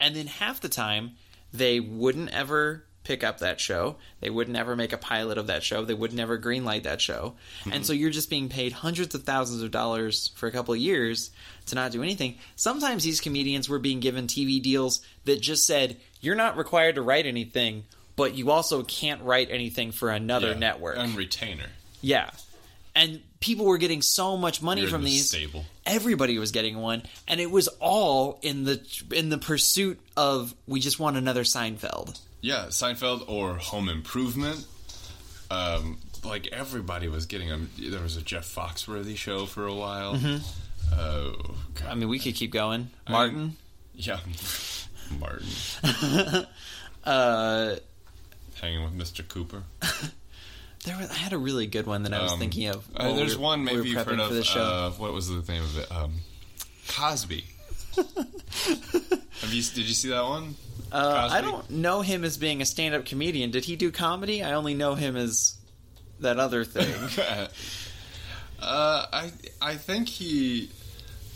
[SPEAKER 2] and then half the time they wouldn't ever pick up that show. They would never make a pilot of that show. They would never greenlight that show.
[SPEAKER 3] Mm-hmm.
[SPEAKER 2] And so you're just being paid hundreds of thousands of dollars for a couple of years to not do anything. Sometimes these comedians were being given TV deals that just said, "You're not required to write anything, but you also can't write anything for another
[SPEAKER 3] Yeah.
[SPEAKER 2] network."
[SPEAKER 3] and retainer.
[SPEAKER 2] yeah. And people were getting so much money
[SPEAKER 3] You're in
[SPEAKER 2] from
[SPEAKER 3] the
[SPEAKER 2] these
[SPEAKER 3] stable.
[SPEAKER 2] everybody was getting one and it was all in the in the pursuit of we just want another Seinfeld.
[SPEAKER 3] Yeah, Seinfeld or Home Improvement. Um, like everybody was getting them. There was a Jeff Foxworthy show for a while.
[SPEAKER 2] Mm-hmm.
[SPEAKER 3] Oh, God.
[SPEAKER 2] I mean, we could keep going. Martin.
[SPEAKER 3] yeah, *laughs* Martin
[SPEAKER 2] *laughs* Uh,
[SPEAKER 3] hanging with Mr. Cooper. Uh,
[SPEAKER 2] there was, I had a really good one that I was
[SPEAKER 3] Um,
[SPEAKER 2] thinking of.
[SPEAKER 3] Uh,
[SPEAKER 2] while we
[SPEAKER 3] there's
[SPEAKER 2] were-
[SPEAKER 3] one
[SPEAKER 2] we
[SPEAKER 3] maybe
[SPEAKER 2] were
[SPEAKER 3] you've
[SPEAKER 2] prepping
[SPEAKER 3] heard of.
[SPEAKER 2] for the show.
[SPEAKER 3] uh, what was the name
[SPEAKER 2] *laughs*
[SPEAKER 3] of it? Um, Cosby. Have you, did you see that one?
[SPEAKER 2] Uh, I
[SPEAKER 3] Cosby?
[SPEAKER 2] don't know him as being a stand-up comedian. Did he do comedy? I only know him as that other
[SPEAKER 3] *laughs*
[SPEAKER 2] thing.
[SPEAKER 3] uh, I I think he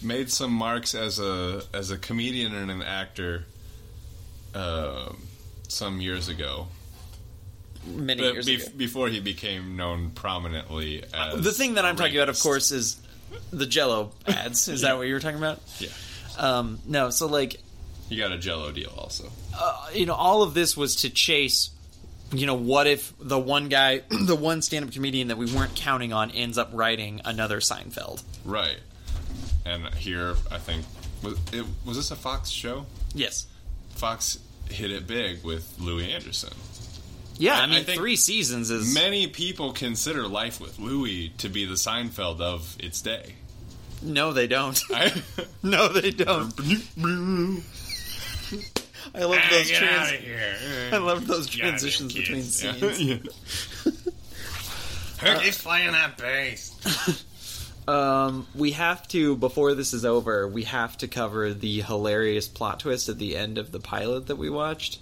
[SPEAKER 3] made some marks as a as a comedian and an actor um some years ago,
[SPEAKER 2] Many
[SPEAKER 3] but
[SPEAKER 2] years ago. Uh,
[SPEAKER 3] bef- before he became known prominently. As
[SPEAKER 2] The thing that I'm talking about, of
[SPEAKER 3] rapist.
[SPEAKER 2] course, is the Jello ads. Is that what you were talking about?
[SPEAKER 3] yeah,
[SPEAKER 2] Um, no, so like
[SPEAKER 3] he got a Jello deal also.
[SPEAKER 2] uh, you know, all of this was to chase. You know, what if the one guy, *clears throat* the one stand-up comedian that we weren't counting on, ends up writing another Seinfeld?
[SPEAKER 3] Right. And here, I think was it was this a Fox show?
[SPEAKER 2] Yes.
[SPEAKER 3] Fox hit it big with Louis Anderson.
[SPEAKER 2] Yeah, I
[SPEAKER 3] I
[SPEAKER 2] mean,
[SPEAKER 3] think
[SPEAKER 2] three seasons is
[SPEAKER 3] Many people consider Life with Louis to be the Seinfeld of its day.
[SPEAKER 2] no, they don't. *laughs*
[SPEAKER 3] I, *laughs*
[SPEAKER 2] no, they *laughs* don't. I love those trans- I love those transitions between *laughs* scenes.
[SPEAKER 3] He's playing that bass.
[SPEAKER 2] Um, we have to before this is over. We have to cover the hilarious plot twist at the end of the pilot that we watched.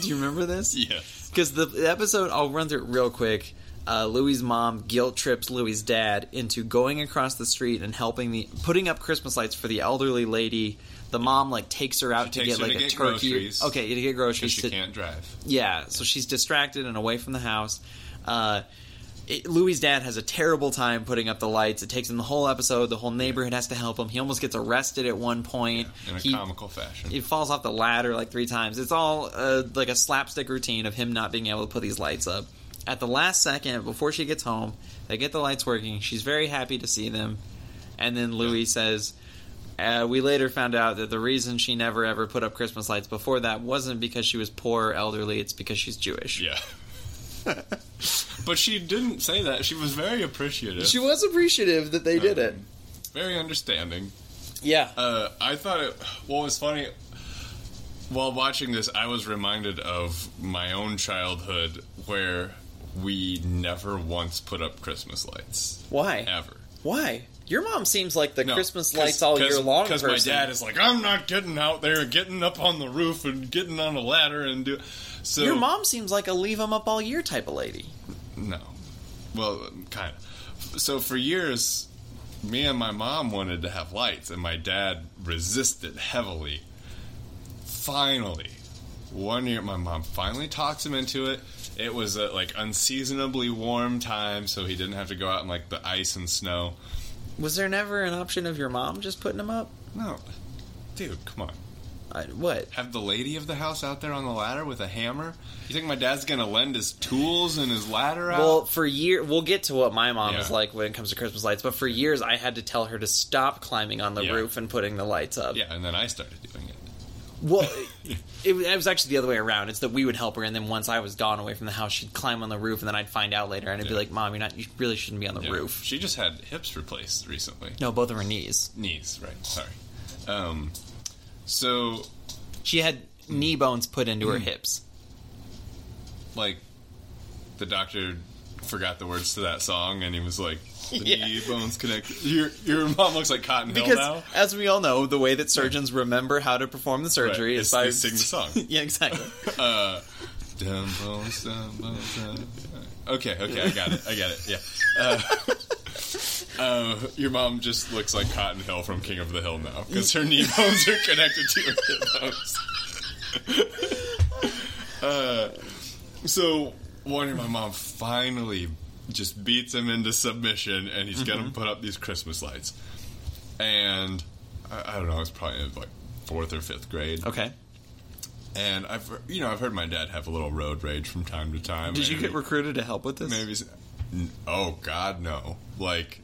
[SPEAKER 2] Do you remember this? *laughs*
[SPEAKER 3] Yes.
[SPEAKER 2] Because the the episode, I'll run through it real quick. Uh, Louis' mom guilt trips Louis' dad into going across the street and helping the putting up Christmas lights for the elderly lady. The mom like takes her out to
[SPEAKER 3] takes
[SPEAKER 2] get
[SPEAKER 3] her
[SPEAKER 2] like
[SPEAKER 3] to
[SPEAKER 2] a
[SPEAKER 3] get
[SPEAKER 2] turkey.
[SPEAKER 3] groceries.
[SPEAKER 2] Okay, to get
[SPEAKER 3] Because
[SPEAKER 2] groceries.
[SPEAKER 3] she
[SPEAKER 2] to-
[SPEAKER 3] can't drive.
[SPEAKER 2] yeah, so she's distracted and away from the house. Uh, it, Louis' dad has a terrible time putting up the lights. It takes him the whole episode. The whole neighborhood has to help him. He almost gets arrested at one point.
[SPEAKER 3] In a
[SPEAKER 2] he,
[SPEAKER 3] comical fashion.
[SPEAKER 2] he falls off the ladder like three times. It's all uh, like a slapstick routine of him not being able to put these lights up. At the last second, before she gets home, they get the lights working. She's very happy to see them. And then Louis says, uh, We later found out that the reason she never ever put up Christmas lights before that wasn't because she was poor or elderly, it's because she's Jewish.
[SPEAKER 3] yeah. *laughs* but she didn't say that. She was very appreciative.
[SPEAKER 2] She was appreciative that they did it.
[SPEAKER 3] very understanding.
[SPEAKER 2] Um, Yeah.
[SPEAKER 3] Uh, I thought it. What was funny while watching this, I was reminded of my own childhood where we never once put up Christmas lights
[SPEAKER 2] Why?
[SPEAKER 3] ever.
[SPEAKER 2] Why? Your mom seems like the
[SPEAKER 3] No,
[SPEAKER 2] Christmas
[SPEAKER 3] 'cause-
[SPEAKER 2] lights all
[SPEAKER 3] 'cause-
[SPEAKER 2] year long
[SPEAKER 3] Because
[SPEAKER 2] person.
[SPEAKER 3] my dad is like, I'm not getting out there, getting up on the roof and getting on a ladder and do. So
[SPEAKER 2] Your mom seems like a leave 'em up all year type of lady.
[SPEAKER 3] No. Well, kind of. So for years, me and my mom wanted to have lights, and my dad resisted heavily. Finally, one year, my mom finally talks him into it. It was a like unseasonably warm time, so he didn't have to go out in like the ice and snow.
[SPEAKER 2] Was there never an option of your mom just putting them up?
[SPEAKER 3] No, dude, come on.
[SPEAKER 2] I, what?
[SPEAKER 3] Have the lady of the house out there on the ladder with a hammer? You think my dad's gonna lend his tools and his ladder out?
[SPEAKER 2] Well, for year we'll get to what my mom is
[SPEAKER 3] Yeah.
[SPEAKER 2] like when it comes to Christmas lights, but for years I had to tell her to stop climbing on the
[SPEAKER 3] Yeah.
[SPEAKER 2] roof and putting the lights up.
[SPEAKER 3] yeah, and then I started doing it. *laughs*
[SPEAKER 2] Well, it, it was- it was actually the other way around. It's that we would help her, and then once I was gone away from the house, she'd climb on the roof, and then I'd find out later, and I'd be
[SPEAKER 3] Yeah.
[SPEAKER 2] like, "Mom, you're not. You really shouldn't be on the
[SPEAKER 3] Yeah.
[SPEAKER 2] roof."
[SPEAKER 3] She just had hips replaced recently.
[SPEAKER 2] No, both of her knees.
[SPEAKER 3] Knees, right? Sorry. Um, so
[SPEAKER 2] She had knee
[SPEAKER 3] Mm.
[SPEAKER 2] bones put into her hips.
[SPEAKER 3] like, the doctor forgot the words to that song, and he was like, "The
[SPEAKER 2] *laughs* Yeah.
[SPEAKER 3] knee bones connect." Your your mom looks like Cotton Hill now.
[SPEAKER 2] Because, as we all know, the way that surgeons remember how to perform the surgery
[SPEAKER 3] Right.
[SPEAKER 2] is
[SPEAKER 3] It's-
[SPEAKER 2] by
[SPEAKER 3] they sing the song.
[SPEAKER 2] *laughs* yeah, exactly.
[SPEAKER 3] *laughs* Uh, dumb bones, dumb bones, dumb- Okay, okay, I got it. I got it. Yeah. Uh, uh, your mom just looks like Cotton Hill from King of the Hill now because her knee bones are connected to her hip bones. *laughs* uh, so one year, my mom finally just beats him into submission, and he's gonna put up these Christmas lights. And I, I don't know, it's probably in, like fourth or fifth grade
[SPEAKER 2] Okay.
[SPEAKER 3] and I've you know I've heard my dad have a little road rage from time to time.
[SPEAKER 2] Did you
[SPEAKER 3] Maybe-
[SPEAKER 2] get recruited to help with this?
[SPEAKER 3] maybe? s- n- Oh God, no! Like,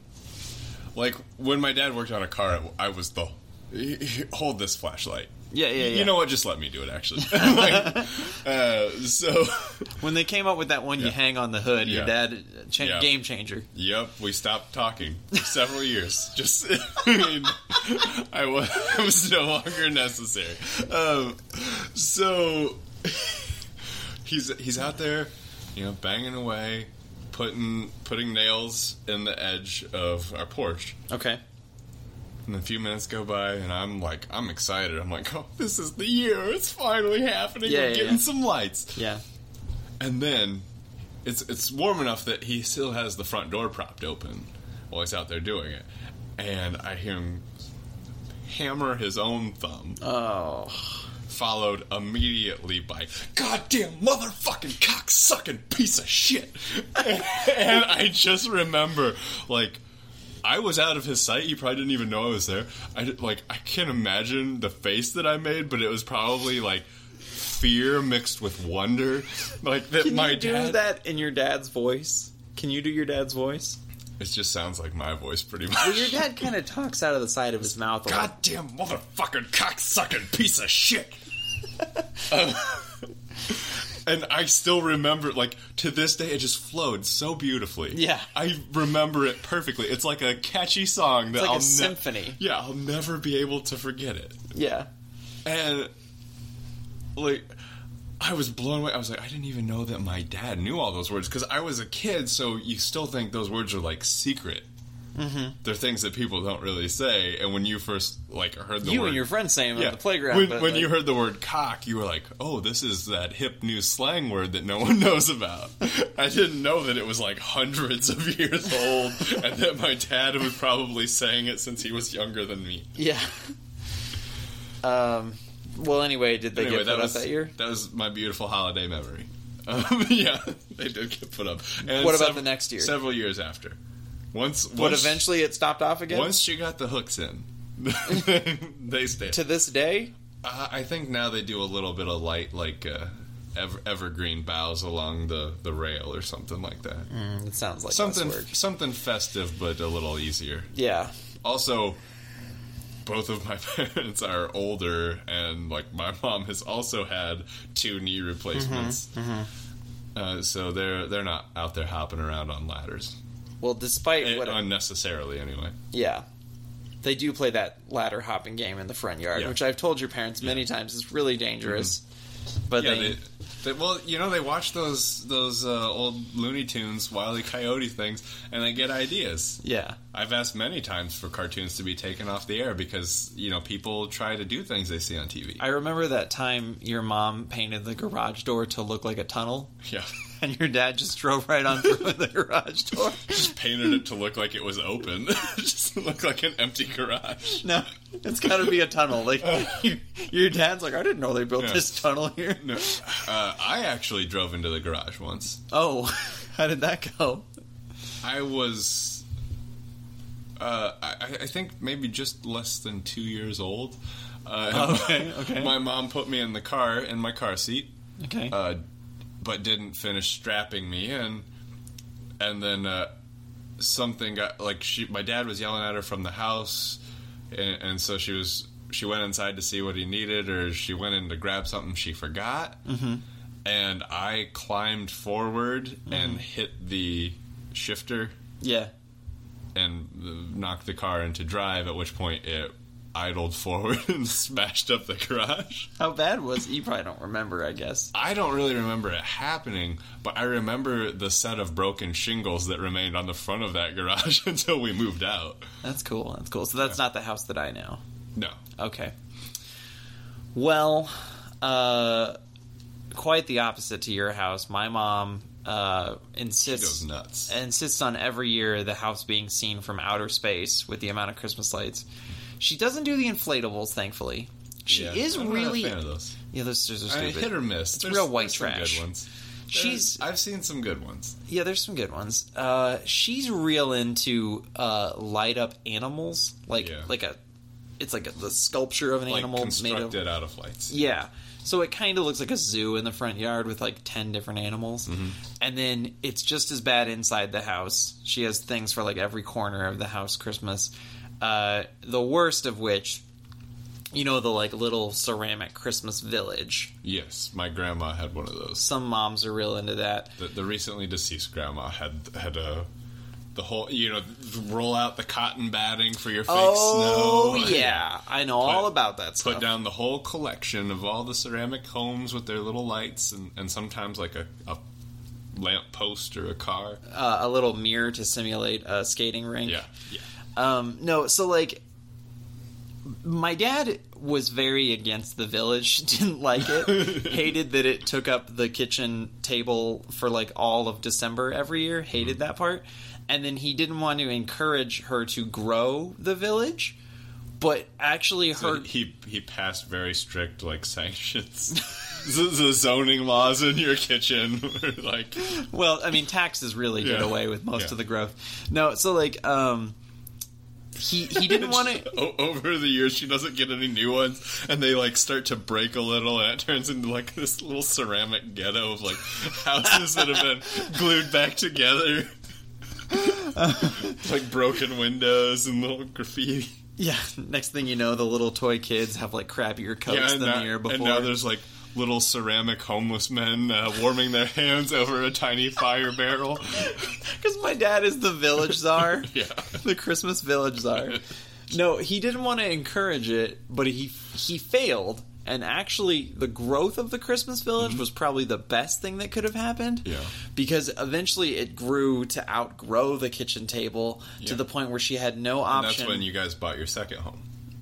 [SPEAKER 3] like when my dad worked on a car, I was the hold this flashlight.
[SPEAKER 2] Yeah, yeah, yeah.
[SPEAKER 3] You know what? Just let me do it. Actually, *laughs*
[SPEAKER 2] *laughs*
[SPEAKER 3] Like, uh, so
[SPEAKER 2] when they came up with that one, you
[SPEAKER 3] Yeah.
[SPEAKER 2] hang on the hood. Your
[SPEAKER 3] Yeah.
[SPEAKER 2] dad, uh, cha-
[SPEAKER 3] Yeah.
[SPEAKER 2] game changer.
[SPEAKER 3] yep, we stopped talking for several years. *laughs* Just I, mean, I *laughs* was, I was no longer necessary. Um, so *laughs* he's he's out there, you know, banging away, putting putting nails in the edge of our porch,
[SPEAKER 2] Okay.
[SPEAKER 3] And a few minutes go by, and I'm like, I'm excited. I'm like, oh, this is the year. It's finally happening.
[SPEAKER 2] Yeah,
[SPEAKER 3] We're
[SPEAKER 2] yeah,
[SPEAKER 3] getting
[SPEAKER 2] yeah.
[SPEAKER 3] some lights.
[SPEAKER 2] Yeah.
[SPEAKER 3] And then it's it's warm enough that he still has the front door propped open while he's out there doing it. And I hear him hammer his own thumb,
[SPEAKER 2] Oh.
[SPEAKER 3] followed immediately by "Goddamn motherfucking cocksucking piece of shit." *laughs* and I just remember, like, I was out of his sight. He probably didn't even know I was there. I did- like, I can't imagine the face that I made, but it was probably like fear mixed with wonder, like that.
[SPEAKER 2] Can
[SPEAKER 3] my
[SPEAKER 2] you do
[SPEAKER 3] dad.
[SPEAKER 2] that in your dad's voice? Can you do your dad's voice?
[SPEAKER 3] It just sounds like my voice, pretty much.
[SPEAKER 2] Your dad kind of talks out of the side of his mouth. A lot.
[SPEAKER 3] *laughs* goddamn motherfucking cocksucking piece of shit.
[SPEAKER 2] *laughs*
[SPEAKER 3] Um, and I still remember, like to this day, it just flowed so beautifully.
[SPEAKER 2] Yeah.
[SPEAKER 3] I remember it perfectly. It's like a catchy song that
[SPEAKER 2] like a
[SPEAKER 3] I'll
[SPEAKER 2] *laughs*
[SPEAKER 3] ne-
[SPEAKER 2] symphony.
[SPEAKER 3] Yeah, I'll never be able to forget it.
[SPEAKER 2] Yeah.
[SPEAKER 3] And like I was blown away. I was like, I didn't even know that my dad knew all those words because I was a kid, so you still think those words are like secret. Mm-hmm. They're things that people don't really say, and when you first like heard the
[SPEAKER 2] You
[SPEAKER 3] word,
[SPEAKER 2] and your friends saying
[SPEAKER 3] yeah,
[SPEAKER 2] at the playground.
[SPEAKER 3] when,
[SPEAKER 2] but,
[SPEAKER 3] when
[SPEAKER 2] like,
[SPEAKER 3] you heard the word cock, you were like, "Oh, this is that hip new slang word that no *laughs* one knows about." I didn't know that it was like hundreds of years old, and that my dad was probably saying it since he was younger than me.
[SPEAKER 2] Yeah. Um. Well, anyway, did they get put
[SPEAKER 3] that was
[SPEAKER 2] up that year?
[SPEAKER 3] That was my beautiful holiday memory. *laughs* Um, yeah, they did get put up. And
[SPEAKER 2] What about the next year?
[SPEAKER 3] Several years after. Once,
[SPEAKER 2] But
[SPEAKER 3] once,
[SPEAKER 2] eventually, it stopped off again.
[SPEAKER 3] once she got the hooks in, *laughs* they stayed.
[SPEAKER 2] to this day,
[SPEAKER 3] Uh, I think now they do a little bit of light, like uh, ever, evergreen boughs along the, the rail or something like that.
[SPEAKER 2] it sounds like
[SPEAKER 3] Something,
[SPEAKER 2] less Mm, work.
[SPEAKER 3] something festive, but a little easier.
[SPEAKER 2] Yeah.
[SPEAKER 3] also both of my *laughs* parents are older and like my mom has also had two knee
[SPEAKER 2] Mm-hmm.
[SPEAKER 3] replacements Uh, so they're they're not out there hopping around on ladders
[SPEAKER 2] Well, despite
[SPEAKER 3] Eh,
[SPEAKER 2] what,
[SPEAKER 3] unnecessarily anyway
[SPEAKER 2] yeah, they do play that ladder hopping game in the front yard,
[SPEAKER 3] Yeah. Mm-hmm.
[SPEAKER 2] which I've told your parents many times is really dangerous. But
[SPEAKER 3] yeah
[SPEAKER 2] they,
[SPEAKER 3] they, they, well you know they watch those those uh, old looney tunes wile e coyote things and they get ideas
[SPEAKER 2] yeah,
[SPEAKER 3] I've asked many times for cartoons to be taken off the air because you know people try to do things they see on TV.
[SPEAKER 2] I remember that time your mom painted the garage door to look like a tunnel, *laughs*
[SPEAKER 3] yeah, *laughs*
[SPEAKER 2] and your dad just drove right on through *laughs* the garage door.
[SPEAKER 3] just painted it to look like it was open. *laughs* It just looked like an empty garage.
[SPEAKER 2] No, it's got to be a tunnel.
[SPEAKER 3] *laughs*
[SPEAKER 2] Like *laughs* your, your dad's like, I didn't know they built
[SPEAKER 3] Yeah.
[SPEAKER 2] this tunnel here.
[SPEAKER 3] No, uh, I actually drove into the garage once.
[SPEAKER 2] Oh, *laughs* how did that go?
[SPEAKER 3] I was, uh, I, I think maybe just less than two years old. Uh,
[SPEAKER 2] Oh, Okay, okay.
[SPEAKER 3] *laughs* My mom put me in the car in my car seat,
[SPEAKER 2] Okay.
[SPEAKER 3] uh, but didn't finish strapping me in, and then uh, something got like she. My dad was yelling at her from the house, and, and so she was. She went inside to see what he needed, or she went in to grab something she forgot, and I climbed forward and hit the shifter
[SPEAKER 2] yeah.
[SPEAKER 3] and uh, knocked the car into drive. At which point it idled forward *laughs* and smashed up the garage.
[SPEAKER 2] How bad was you probably don't remember, I guess.
[SPEAKER 3] I don't really remember it happening, but I remember the set of broken shingles that remained on the front of that garage *laughs* until we moved out.
[SPEAKER 2] That's cool. That's cool. So that's not the house that I know.
[SPEAKER 3] No.
[SPEAKER 2] Okay. Well, uh, quite the opposite to your house. My mom uh, insists
[SPEAKER 3] goes nuts.
[SPEAKER 2] insists on every year the house being seen from outer space with the amount of Christmas lights. She doesn't do the inflatables, thankfully. She
[SPEAKER 3] Yeah,
[SPEAKER 2] is
[SPEAKER 3] I'm not a
[SPEAKER 2] really
[SPEAKER 3] fan of those.
[SPEAKER 2] yeah. Those, those are
[SPEAKER 3] I
[SPEAKER 2] stupid.
[SPEAKER 3] hit or miss. There's-
[SPEAKER 2] real white
[SPEAKER 3] there's some
[SPEAKER 2] trash.
[SPEAKER 3] Good ones.
[SPEAKER 2] She's-
[SPEAKER 3] There's- I've seen some good ones.
[SPEAKER 2] Yeah, there's some good ones. Uh, she's real into uh, light up animals, like
[SPEAKER 3] Yeah.
[SPEAKER 2] like a, it's like a, the sculpture of an
[SPEAKER 3] Like
[SPEAKER 2] animal made of
[SPEAKER 3] constructed out of lights.
[SPEAKER 2] yeah. So it kind of looks like a zoo in the front yard with like ten different animals,
[SPEAKER 3] Mm-hmm.
[SPEAKER 2] and then it's just as bad inside the house. She has things for like every corner of the house Christmas. Uh, the worst of which, you know, the like little ceramic Christmas village.
[SPEAKER 3] Yes, my grandma had one of those.
[SPEAKER 2] Some moms are real into that.
[SPEAKER 3] The, the recently deceased grandma had had a. The whole, you know, roll out the cotton batting for your fake
[SPEAKER 2] oh
[SPEAKER 3] snow.
[SPEAKER 2] yeah, I know all about that stuff.
[SPEAKER 3] put down the whole collection of all the ceramic homes with their little lights and, and sometimes like a, a lamp post or a car.
[SPEAKER 2] uh, a little mirror to simulate a skating rink.
[SPEAKER 3] yeah. Yeah.
[SPEAKER 2] Um, no, so like my dad was very against the village *laughs* didn't like
[SPEAKER 3] *laughs*
[SPEAKER 2] it hated that it took up the kitchen table for like all of december every year hated that part and then he didn't want to encourage her to grow the village but actually her
[SPEAKER 3] He he passed very strict like *laughs* sanctions, Z- the zoning laws in your kitchen. *laughs* were, like
[SPEAKER 2] *laughs* well i mean taxes really did
[SPEAKER 3] Yeah.
[SPEAKER 2] away with most
[SPEAKER 3] Yeah.
[SPEAKER 2] of the growth no so like um he he didn't want
[SPEAKER 3] *laughs*
[SPEAKER 2] to
[SPEAKER 3] o- over the years, she doesn't get any new ones, and they like start to break a little, and it turns into like this little ceramic ghetto of like houses that have been glued
[SPEAKER 2] *laughs*
[SPEAKER 3] back together, like broken windows and little graffiti.
[SPEAKER 2] yeah next thing you know the little toy kids have like crappier coats
[SPEAKER 3] Yeah, and,
[SPEAKER 2] than
[SPEAKER 3] now,
[SPEAKER 2] the year before
[SPEAKER 3] and now there's like little ceramic homeless men uh, warming their hands over a tiny fire
[SPEAKER 2] *laughs*
[SPEAKER 3] barrel.
[SPEAKER 2] Because my dad is the village czar.
[SPEAKER 3] *laughs* Yeah.
[SPEAKER 2] The Christmas village czar. No, he didn't want to encourage it, but he he failed. And actually, the growth of the Christmas village was probably the best thing that could have happened.
[SPEAKER 3] Mm-hmm. Yeah.
[SPEAKER 2] Because eventually it grew to outgrow the kitchen table to
[SPEAKER 3] Yeah.
[SPEAKER 2] the point where she had no
[SPEAKER 3] And
[SPEAKER 2] option.
[SPEAKER 3] that's when you guys bought your second home.
[SPEAKER 2] *laughs*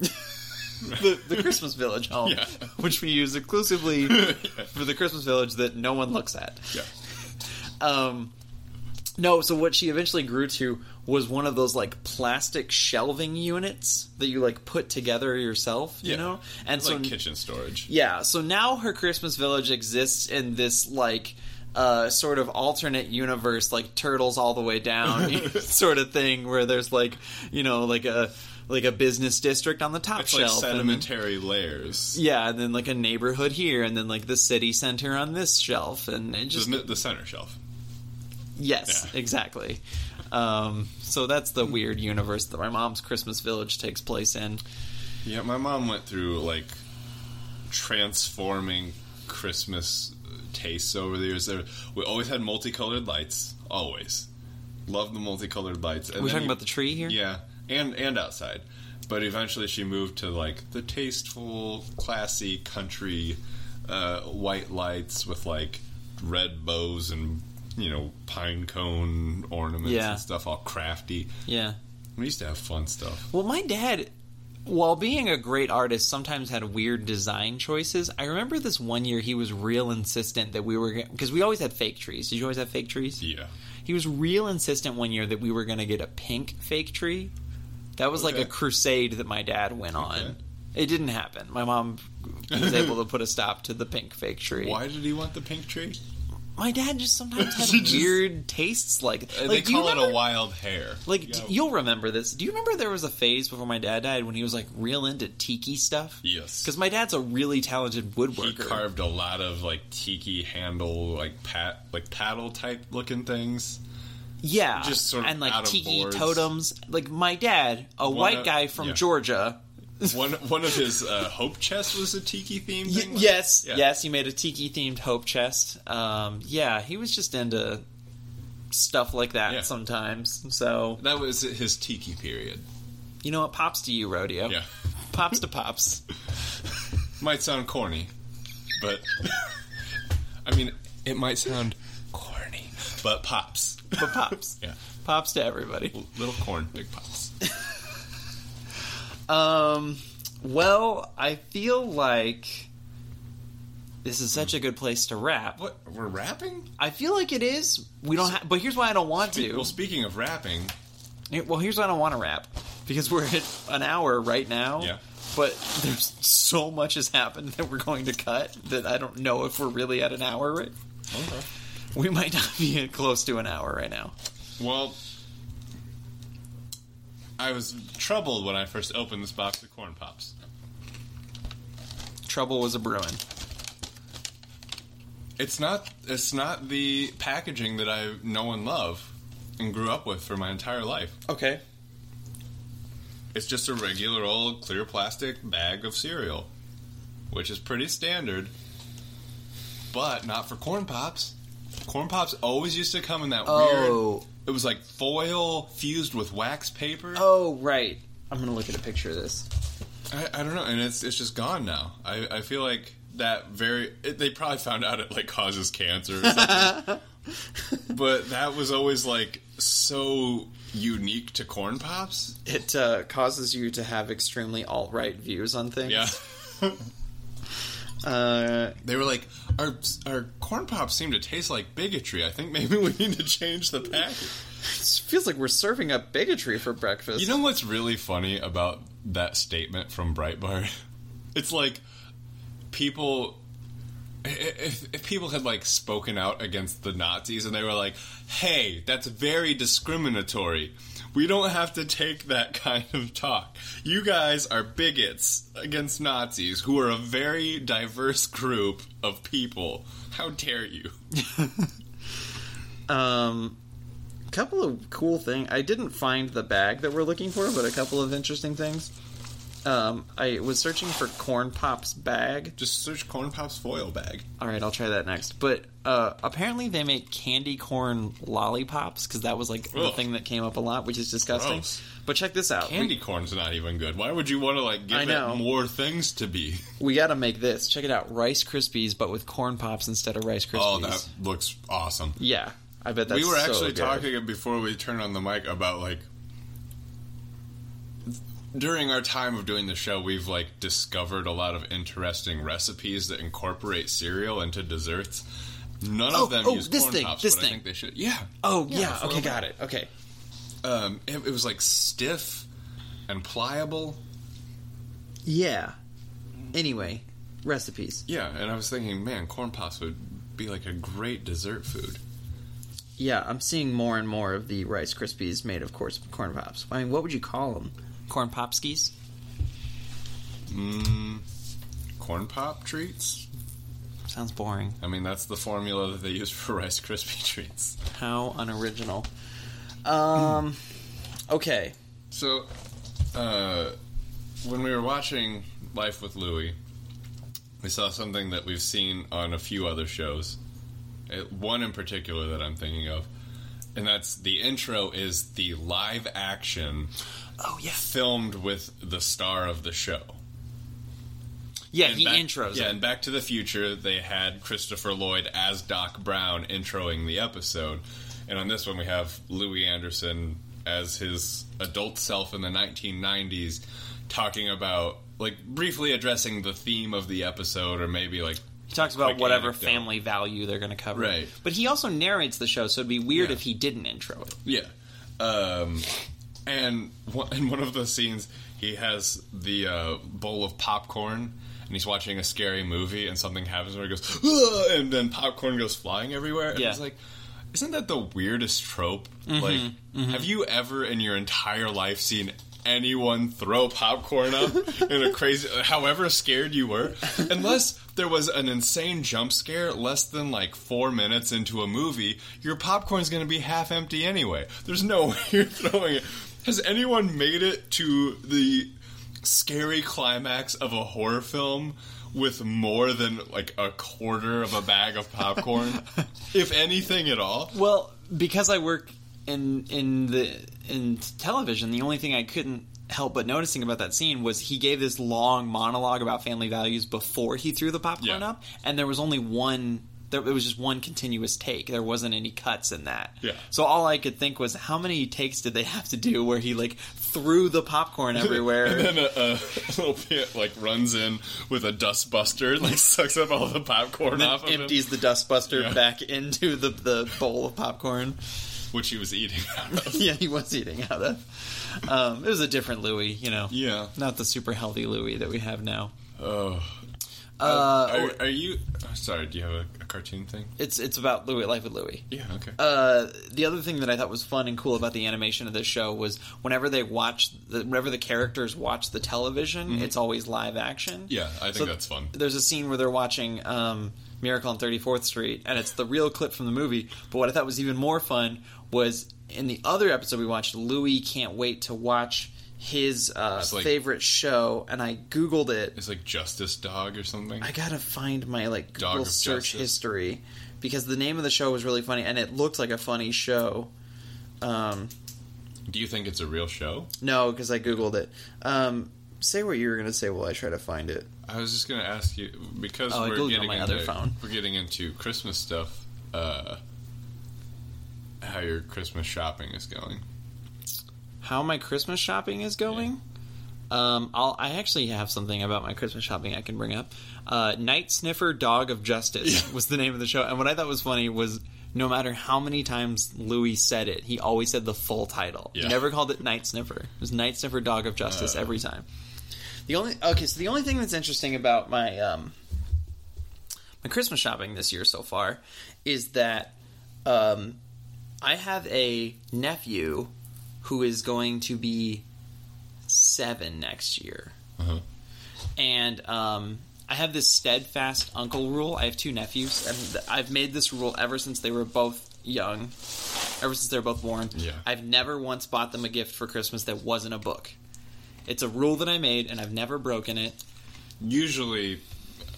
[SPEAKER 2] the, the Christmas
[SPEAKER 3] *laughs*
[SPEAKER 2] village home,
[SPEAKER 3] Yeah.
[SPEAKER 2] which we use
[SPEAKER 3] *laughs*
[SPEAKER 2] exclusively for the Christmas village that no one looks at.
[SPEAKER 3] Yeah.
[SPEAKER 2] um no so what she eventually grew to was one of those like plastic shelving units that you like put together yourself you
[SPEAKER 3] Yeah.
[SPEAKER 2] know and
[SPEAKER 3] It's like
[SPEAKER 2] so
[SPEAKER 3] kitchen storage.
[SPEAKER 2] yeah so now her christmas village exists in this like uh, sort of alternate universe like turtles all the way down
[SPEAKER 3] *laughs*
[SPEAKER 2] *laughs* sort of thing where there's like you know like a like a business district on the top
[SPEAKER 3] It's like
[SPEAKER 2] shelf and-
[SPEAKER 3] sedimentary layers.
[SPEAKER 2] yeah and then like a neighborhood here and then like the city center on this shelf and it just
[SPEAKER 3] The, mi- the center shelf.
[SPEAKER 2] Yes,
[SPEAKER 3] Yeah.
[SPEAKER 2] exactly. Um, so that's the weird universe that my mom's Christmas village takes place in.
[SPEAKER 3] Yeah, my mom went through like transforming Christmas tastes over the years. There, we always had multicolored lights. Always loved the multicolored lights. And
[SPEAKER 2] We're
[SPEAKER 3] then
[SPEAKER 2] talking
[SPEAKER 3] e-
[SPEAKER 2] about the tree here.
[SPEAKER 3] yeah, and and outside. But eventually, she moved to like the tasteful, classy country uh, white lights with like red bows and you know pine cone ornaments
[SPEAKER 2] Yeah.
[SPEAKER 3] and stuff, all crafty.
[SPEAKER 2] Yeah.
[SPEAKER 3] We used to have fun stuff.
[SPEAKER 2] Well, my dad, while being a great artist, sometimes had weird design choices. I remember this one year he was real insistent that we were because we always had fake trees. Did you always have fake trees?
[SPEAKER 3] Yeah.
[SPEAKER 2] He was real insistent one year that we were going to get a pink fake tree. That was like
[SPEAKER 3] Okay.
[SPEAKER 2] a crusade that my dad went on.
[SPEAKER 3] Okay.
[SPEAKER 2] It didn't happen. My mom was able to put a stop to the pink fake tree.
[SPEAKER 3] Why did he want the pink tree?
[SPEAKER 2] My dad just
[SPEAKER 3] *laughs*
[SPEAKER 2] sometimes had
[SPEAKER 3] He just-
[SPEAKER 2] weird tastes like
[SPEAKER 3] Uh,
[SPEAKER 2] like
[SPEAKER 3] they
[SPEAKER 2] do you
[SPEAKER 3] call it a
[SPEAKER 2] remember-
[SPEAKER 3] wild hair.
[SPEAKER 2] like
[SPEAKER 3] Yeah.
[SPEAKER 2] d- you'll remember this. Do you remember there was a phase before my dad died when he was like real into tiki stuff?
[SPEAKER 3] Yes.
[SPEAKER 2] Because my dad's a really talented
[SPEAKER 3] he
[SPEAKER 2] woodworker.
[SPEAKER 3] carved a lot of like tiki handle, like pat, like paddle type looking *laughs* things.
[SPEAKER 2] yeah,
[SPEAKER 3] just sort of
[SPEAKER 2] and like
[SPEAKER 3] out of
[SPEAKER 2] tiki
[SPEAKER 3] boards.
[SPEAKER 2] totems. Like my dad, a
[SPEAKER 3] One
[SPEAKER 2] white
[SPEAKER 3] of-
[SPEAKER 2] guy from
[SPEAKER 3] yeah.
[SPEAKER 2] Georgia.
[SPEAKER 3] One one of his uh, hope chest was a tiki theme.
[SPEAKER 2] Y-
[SPEAKER 3] thing.
[SPEAKER 2] yes,
[SPEAKER 3] Yeah.
[SPEAKER 2] yes, he made a tiki themed hope chest. Um, yeah, he was just into stuff like that
[SPEAKER 3] Yeah.
[SPEAKER 2] sometimes. So
[SPEAKER 3] that was his tiki period.
[SPEAKER 2] you know what? Pops to you, rodeo.
[SPEAKER 3] Yeah,
[SPEAKER 2] Pops to
[SPEAKER 3] *laughs*
[SPEAKER 2] pops.
[SPEAKER 3] might sound corny, but *laughs* I mean, it might sound corny, but pops.
[SPEAKER 2] But pops.
[SPEAKER 3] Yeah,
[SPEAKER 2] Pops to everybody.
[SPEAKER 3] little corn, big *laughs* pops.
[SPEAKER 2] Um, well, I feel like this is such a good place to wrap.
[SPEAKER 3] What we're rapping?
[SPEAKER 2] I feel like it is. We don't, ha- but here's why I don't want to.
[SPEAKER 3] Well, speaking of rapping,
[SPEAKER 2] Here- Well, here's why I don't want to wrap because we're at an hour right now.
[SPEAKER 3] Yeah.
[SPEAKER 2] But there's so much has happened that we're going to cut that I don't know if we're really at an hour. Right? We might not be *laughs* at close to an hour right now.
[SPEAKER 3] Well, I was troubled when I first opened this box of corn pops.
[SPEAKER 2] Trouble was a brewing.
[SPEAKER 3] It's not it's not the packaging that I know and love and grew up with for my entire life.
[SPEAKER 2] Okay.
[SPEAKER 3] It's just a regular old clear plastic bag of cereal, which is pretty standard, but not for corn pops. Corn pops always used to come in that weird.
[SPEAKER 2] Oh.
[SPEAKER 3] It was like foil fused with wax paper.
[SPEAKER 2] Oh, right. I'm gonna look at a picture of this.
[SPEAKER 3] I, I don't know, and it's it's just gone now. I, I feel like that very it, they probably found out it like causes cancer, or something. but that was always like so unique to corn pops?
[SPEAKER 2] It uh, causes you to have extremely alt right views on things.
[SPEAKER 3] Yeah.
[SPEAKER 2] Uh,
[SPEAKER 3] They were like, our our corn pops seem to taste like bigotry. I think maybe we need to change the package.
[SPEAKER 2] it feels like we're serving up bigotry for breakfast.
[SPEAKER 3] You know what's really funny about that statement from Breitbart? *laughs* It's like people. i- If, if people had like spoken out against the Nazis and they were like, "Hey, that's very discriminatory. We don't have to take that *laughs* kind of talk. You guys are bigots against Nazis, who are a very diverse group of people. How dare you?"
[SPEAKER 2] Um, couple of cool thing. I didn't find the bag that we're looking for, but a couple of interesting things. Um, I was searching for corn pops bag.
[SPEAKER 3] Just search corn pops foil bag.
[SPEAKER 2] All right, I'll try that next. But uh, apparently, they make candy corn lollipops because that was like the
[SPEAKER 3] Ugh.
[SPEAKER 2] thing that came up a lot, which is disgusting.
[SPEAKER 3] Gross.
[SPEAKER 2] But check this out.
[SPEAKER 3] Candy corn's not even good. Why would you want to like give
[SPEAKER 2] I know.
[SPEAKER 3] it more things to be?
[SPEAKER 2] We, got to make this. Check it out: Rice Krispies, but with corn pops instead of Rice Krispies.
[SPEAKER 3] Oh, that looks awesome.
[SPEAKER 2] Yeah, I bet that's.
[SPEAKER 3] we were
[SPEAKER 2] so
[SPEAKER 3] actually
[SPEAKER 2] good.
[SPEAKER 3] talking before we turned on the mic about like during our time of doing the show, we've like discovered a lot of interesting recipes that incorporate cereal into desserts. None
[SPEAKER 2] Oh,
[SPEAKER 3] of them
[SPEAKER 2] oh,
[SPEAKER 3] use
[SPEAKER 2] this
[SPEAKER 3] corn
[SPEAKER 2] thing,
[SPEAKER 3] pops,
[SPEAKER 2] this
[SPEAKER 3] but
[SPEAKER 2] thing.
[SPEAKER 3] I think they should. Yeah,
[SPEAKER 2] Oh yeah,
[SPEAKER 3] Yeah,
[SPEAKER 2] okay,
[SPEAKER 3] foil
[SPEAKER 2] got it. Okay,
[SPEAKER 3] um, it, it was like stiff and pliable.
[SPEAKER 2] yeah. Anyway, recipes.
[SPEAKER 3] Yeah, and I was thinking, man, corn pops would be like a great dessert food.
[SPEAKER 2] Yeah, I'm seeing more and more of the Rice Krispies made of course corn pops. I mean, what would you call them? Corn popskis.
[SPEAKER 3] Mm, corn pop treats.
[SPEAKER 2] Sounds boring.
[SPEAKER 3] I mean, that's the formula that they use for *laughs* Rice Krispie treats.
[SPEAKER 2] How unoriginal. *laughs* Um. Okay.
[SPEAKER 3] So, uh, when we were watching Life with Louie, we saw something that we've seen on a few other shows. Uh, One in particular that I'm thinking of, and that's the intro is the live action
[SPEAKER 2] Oh yeah.
[SPEAKER 3] filmed with the star of the show.
[SPEAKER 2] Yeah,
[SPEAKER 3] And
[SPEAKER 2] he
[SPEAKER 3] back-
[SPEAKER 2] intros.
[SPEAKER 3] Yeah,
[SPEAKER 2] it.
[SPEAKER 3] and Back to the Future, they had Christopher Lloyd as Doc Brown introing the episode, and on this one we have Louis Anderson as his adult self in the 1990s, talking about like briefly addressing the theme of the episode, or maybe like
[SPEAKER 2] He talks about
[SPEAKER 3] quick
[SPEAKER 2] whatever
[SPEAKER 3] anecdote.
[SPEAKER 2] family value they're going to cover.
[SPEAKER 3] Right.
[SPEAKER 2] But he also narrates the show, so it'd be weird
[SPEAKER 3] Yeah.
[SPEAKER 2] if he didn't intro it.
[SPEAKER 3] Yeah. Um, and one, *laughs* in one of the scenes, he has the uh, bowl of popcorn, and he's watching a scary movie, and something happens where he goes, "Ugh," and then popcorn goes flying everywhere. And
[SPEAKER 2] Yeah.
[SPEAKER 3] it's like, isn't that the weirdest trope? Like, have you ever in your entire life seen anyone throw popcorn up in a crazy, however scared you were? Unless there was an insane jump scare less than like four minutes into a movie, your popcorn's going to be half empty anyway. There's no *laughs* way you're throwing it. Has anyone made it to the scary climax of a horror film with more than like a quarter of a bag of
[SPEAKER 2] *laughs*
[SPEAKER 3] popcorn, if anything at all.
[SPEAKER 2] Well, because I work in in the in television, the only thing I couldn't help but noticing about that scene was he gave this long monologue about family values before he threw the popcorn
[SPEAKER 3] Yeah.
[SPEAKER 2] up, and there was only one. There it was just one continuous take. There wasn't any cuts in that.
[SPEAKER 3] Yeah.
[SPEAKER 2] So all I could think was, how many takes did they have to do where he like threw the
[SPEAKER 3] *laughs*
[SPEAKER 2] popcorn everywhere?
[SPEAKER 3] And
[SPEAKER 2] *laughs*
[SPEAKER 3] then a, a little bit like runs in with a dustbuster and like sucks up all the popcorn
[SPEAKER 2] then
[SPEAKER 3] off of him,
[SPEAKER 2] empties the dustbuster
[SPEAKER 3] Yeah.
[SPEAKER 2] back into the, the bowl of popcorn. *laughs*
[SPEAKER 3] which he was eating. out of.
[SPEAKER 2] yeah, he was eating out of. Um, it was a different Louis, you know.
[SPEAKER 3] yeah.
[SPEAKER 2] Not the super healthy Louis that we have now.
[SPEAKER 3] Oh.
[SPEAKER 2] Uh,
[SPEAKER 3] are, are you? oh, Sorry. Do you have a, a cartoon thing?
[SPEAKER 2] It's it's about Louis life with Louis.
[SPEAKER 3] Yeah. Okay.
[SPEAKER 2] Uh, the other thing that I thought was fun and cool about the animation of this show was whenever they watch, the, whenever the characters watch the television, it's always live action.
[SPEAKER 3] yeah. I think
[SPEAKER 2] so-
[SPEAKER 3] that's fun.
[SPEAKER 2] there's a scene where they're watching um, Miracle on 34th Street, and it's the real clip from the movie. But what I thought was even more fun was in the other episode we watched, Louis can't wait to watch his uh,
[SPEAKER 3] It's like-
[SPEAKER 2] favorite show, and I Googled it.
[SPEAKER 3] It's like Justice Dog or something.
[SPEAKER 2] I gotta find my like
[SPEAKER 3] Dog
[SPEAKER 2] Google
[SPEAKER 3] of
[SPEAKER 2] search
[SPEAKER 3] Justice.
[SPEAKER 2] history because the name of the show was really funny, and it looked like a funny show. Um,
[SPEAKER 3] Do you think it's a real show?
[SPEAKER 2] no, because I Googled it. Um, say what you were gonna say while I try to find it.
[SPEAKER 3] I was just gonna ask you because
[SPEAKER 2] Oh, I
[SPEAKER 3] we're
[SPEAKER 2] Googled it on
[SPEAKER 3] getting
[SPEAKER 2] my
[SPEAKER 3] into,
[SPEAKER 2] other phone.
[SPEAKER 3] we're getting into Christmas stuff. Uh, how your Christmas shopping is going.
[SPEAKER 2] How my Christmas shopping is going? Um, I'll, I actually have something about my Christmas shopping I can bring up. Uh, Night Sniffer Dog of Justice was the name of the show, and what I thought was funny was no matter how many times Louis said it, he always said the full title. He
[SPEAKER 3] Yeah.
[SPEAKER 2] never called it Night Sniffer. It was Night Sniffer Dog of Justice every time. The only okay, so the only thing that's interesting about my um, my Christmas shopping this year so far is that um, I have a nephew who is going to be seven next year.
[SPEAKER 3] Uh-huh.
[SPEAKER 2] And um, I have this steadfast uncle rule. I have two nephews, and th- I've made this rule ever since they were both young, ever since they were both born.
[SPEAKER 3] Yeah.
[SPEAKER 2] I've never once bought them a gift for Christmas that wasn't a book. It's a rule that I made, and I've never broken it. *laughs*
[SPEAKER 3] Usually,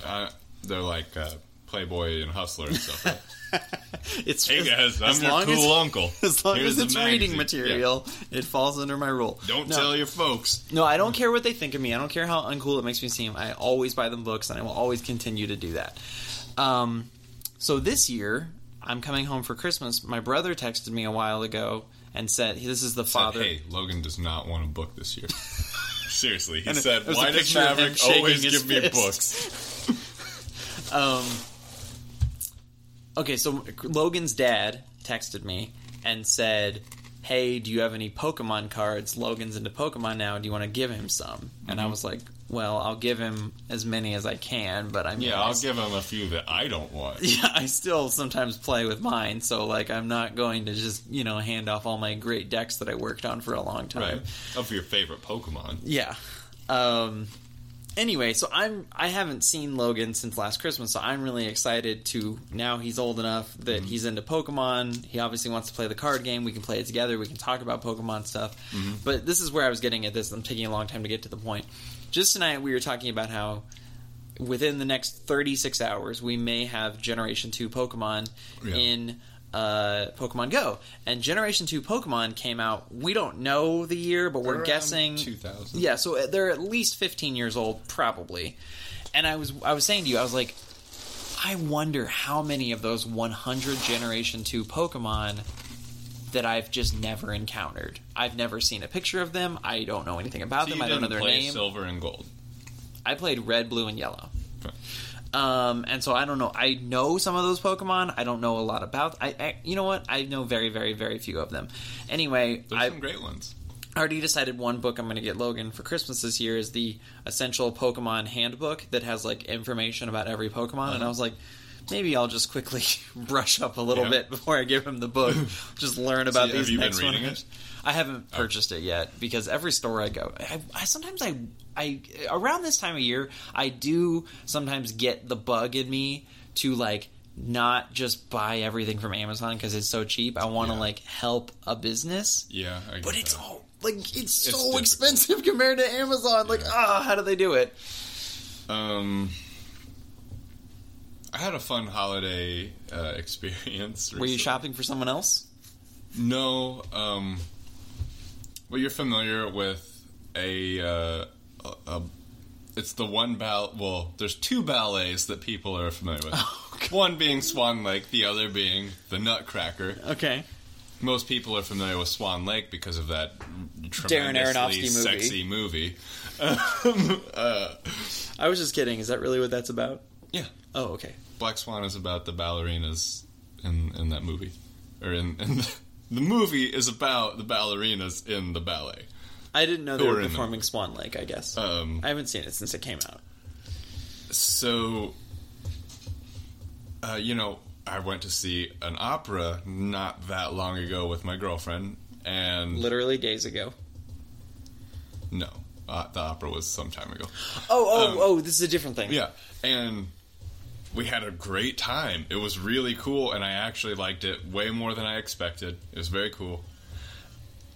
[SPEAKER 3] uh, they're like uh, Playboy and Hustler and stuff. right?
[SPEAKER 2] *laughs* It's
[SPEAKER 3] hey
[SPEAKER 2] as-
[SPEAKER 3] guys, I'm
[SPEAKER 2] as
[SPEAKER 3] your
[SPEAKER 2] long
[SPEAKER 3] cool
[SPEAKER 2] as,
[SPEAKER 3] uncle.
[SPEAKER 2] *laughs* As long
[SPEAKER 3] Here's
[SPEAKER 2] as
[SPEAKER 3] the
[SPEAKER 2] it's
[SPEAKER 3] magazine.
[SPEAKER 2] reading material, it falls under my rule.
[SPEAKER 3] Yeah. Don't
[SPEAKER 2] No.
[SPEAKER 3] tell your folks.
[SPEAKER 2] No, I don't care what they think of me. I don't care how uncool it makes me seem. I always buy them books, and I will always continue to do that. Um, so this year, I'm coming home for Christmas. My brother texted me a while ago and said, "This is the father."
[SPEAKER 3] Hey, Logan does not want a book this
[SPEAKER 2] *laughs*
[SPEAKER 3] year. Seriously, he said,
[SPEAKER 2] there's a
[SPEAKER 3] "Why does
[SPEAKER 2] picture of him
[SPEAKER 3] Maverick
[SPEAKER 2] shaking
[SPEAKER 3] always
[SPEAKER 2] his
[SPEAKER 3] give me
[SPEAKER 2] fist." *laughs* Um,
[SPEAKER 3] books?"
[SPEAKER 2] Okay, so Logan's dad texted me and said, "Hey, do you have any Pokemon cards? Logan's into Pokemon now. Do you want to give him some?" And
[SPEAKER 3] Mm-hmm.
[SPEAKER 2] I was like, "Well, I'll give him as many as I can, but I mean,
[SPEAKER 3] Yeah,
[SPEAKER 2] I
[SPEAKER 3] I'll give him a few that I don't
[SPEAKER 2] *laughs*
[SPEAKER 3] want.
[SPEAKER 2] yeah, I still sometimes play with mine, so like I'm not going to just you know hand off all my great decks that I worked on for a long time.
[SPEAKER 3] Right. Of your favorite Pokemon.
[SPEAKER 2] Yeah. Um, anyway, so I'm I haven't seen Logan since last Christmas, so I'm really excited to now he's old enough that
[SPEAKER 3] Mm-hmm.
[SPEAKER 2] he's into Pokemon. He obviously wants to play the card game. We can play it together. We can talk about Pokemon stuff.
[SPEAKER 3] Mm-hmm.
[SPEAKER 2] But this is where I was getting at this. I'm taking a long time to get to the point. Just tonight we were talking about how within the next 36 hours we may have Generation 2 Pokemon
[SPEAKER 3] Yeah.
[SPEAKER 2] in uh, Pokemon Go. And Generation 2 Pokemon came out. We don't know the year, but we're
[SPEAKER 3] Around
[SPEAKER 2] guessing
[SPEAKER 3] 2000.
[SPEAKER 2] yeah, so uh, they're at least 15 years old, probably. And I was I was saying to you, I was like, I wonder how many of those 100 Generation 2 Pokemon that I've just never encountered. I've never seen a picture of them. I don't know anything about
[SPEAKER 3] So
[SPEAKER 2] them.
[SPEAKER 3] you
[SPEAKER 2] I don't know
[SPEAKER 3] didn't
[SPEAKER 2] their
[SPEAKER 3] play
[SPEAKER 2] name.
[SPEAKER 3] Silver and Gold.
[SPEAKER 2] I played red, blue, and yellow. Um, and so I don't know. I know some of those Pokemon. I don't know a lot about. I, I you know what? I know very, very, very few of them. Anyway,
[SPEAKER 3] There's
[SPEAKER 2] I,
[SPEAKER 3] some great ones.
[SPEAKER 2] I already decided one book I'm going to get Logan for Christmas this year is the Essential Pokemon Handbook that has like information about every Pokemon,
[SPEAKER 3] Uh-huh.
[SPEAKER 2] and I was like, maybe I'll just quickly *laughs* brush up a little
[SPEAKER 3] Yeah.
[SPEAKER 2] bit before I give him the
[SPEAKER 3] *laughs*
[SPEAKER 2] book, just learn about
[SPEAKER 3] have
[SPEAKER 2] these
[SPEAKER 3] you been
[SPEAKER 2] next one.
[SPEAKER 3] reading it? Oh.
[SPEAKER 2] I haven't purchased it yet because every store I go, I, I sometimes I, I around this time of year, I do sometimes get the bug in me to like not just buy everything from Amazon because it's so cheap. I want to
[SPEAKER 3] Yeah.
[SPEAKER 2] like help a business
[SPEAKER 3] Yeah, I get
[SPEAKER 2] but it's
[SPEAKER 3] that.
[SPEAKER 2] all like it's, so
[SPEAKER 3] difficult.
[SPEAKER 2] expensive *laughs* compared to Amazon. Like,
[SPEAKER 3] Yeah.
[SPEAKER 2] ah, how do they do it?
[SPEAKER 3] Um, I had a fun holiday uh, *laughs* experience.
[SPEAKER 2] Were you
[SPEAKER 3] recently.
[SPEAKER 2] shopping for someone
[SPEAKER 3] *laughs*
[SPEAKER 2] else?
[SPEAKER 3] No. Um, well, you're familiar with a, uh, a, a it's the one ball. Well, there's two ballets that people are familiar with.
[SPEAKER 2] *laughs* God.
[SPEAKER 3] one being Swan Lake, the other being the Nutcracker.
[SPEAKER 2] Okay.
[SPEAKER 3] Most people are familiar with Swan Lake because of that
[SPEAKER 2] Darren Aronofsky
[SPEAKER 3] tremendously
[SPEAKER 2] movie.
[SPEAKER 3] sexy movie.
[SPEAKER 2] I was just kidding. Is that really what that's about?
[SPEAKER 3] Yeah,
[SPEAKER 2] Oh, okay.
[SPEAKER 3] Black Swan is about the ballerinas in in that movie, or in, in the, the movie is about the ballerinas in the ballet.
[SPEAKER 2] I didn't know they
[SPEAKER 3] Who
[SPEAKER 2] were
[SPEAKER 3] are in them?
[SPEAKER 2] performing Swan Lake, I guess.
[SPEAKER 3] Um,
[SPEAKER 2] I haven't seen it since it came out.
[SPEAKER 3] so, uh, you know, I went to see an opera not that long ago with my girlfriend, and
[SPEAKER 2] Literally days ago.
[SPEAKER 3] no, uh, the opera was some time ago.
[SPEAKER 2] Oh, oh, oh, this is a different thing.
[SPEAKER 3] Um, Yeah, and we had a great time. It was really cool, and I actually liked it way more than I expected. It was very cool.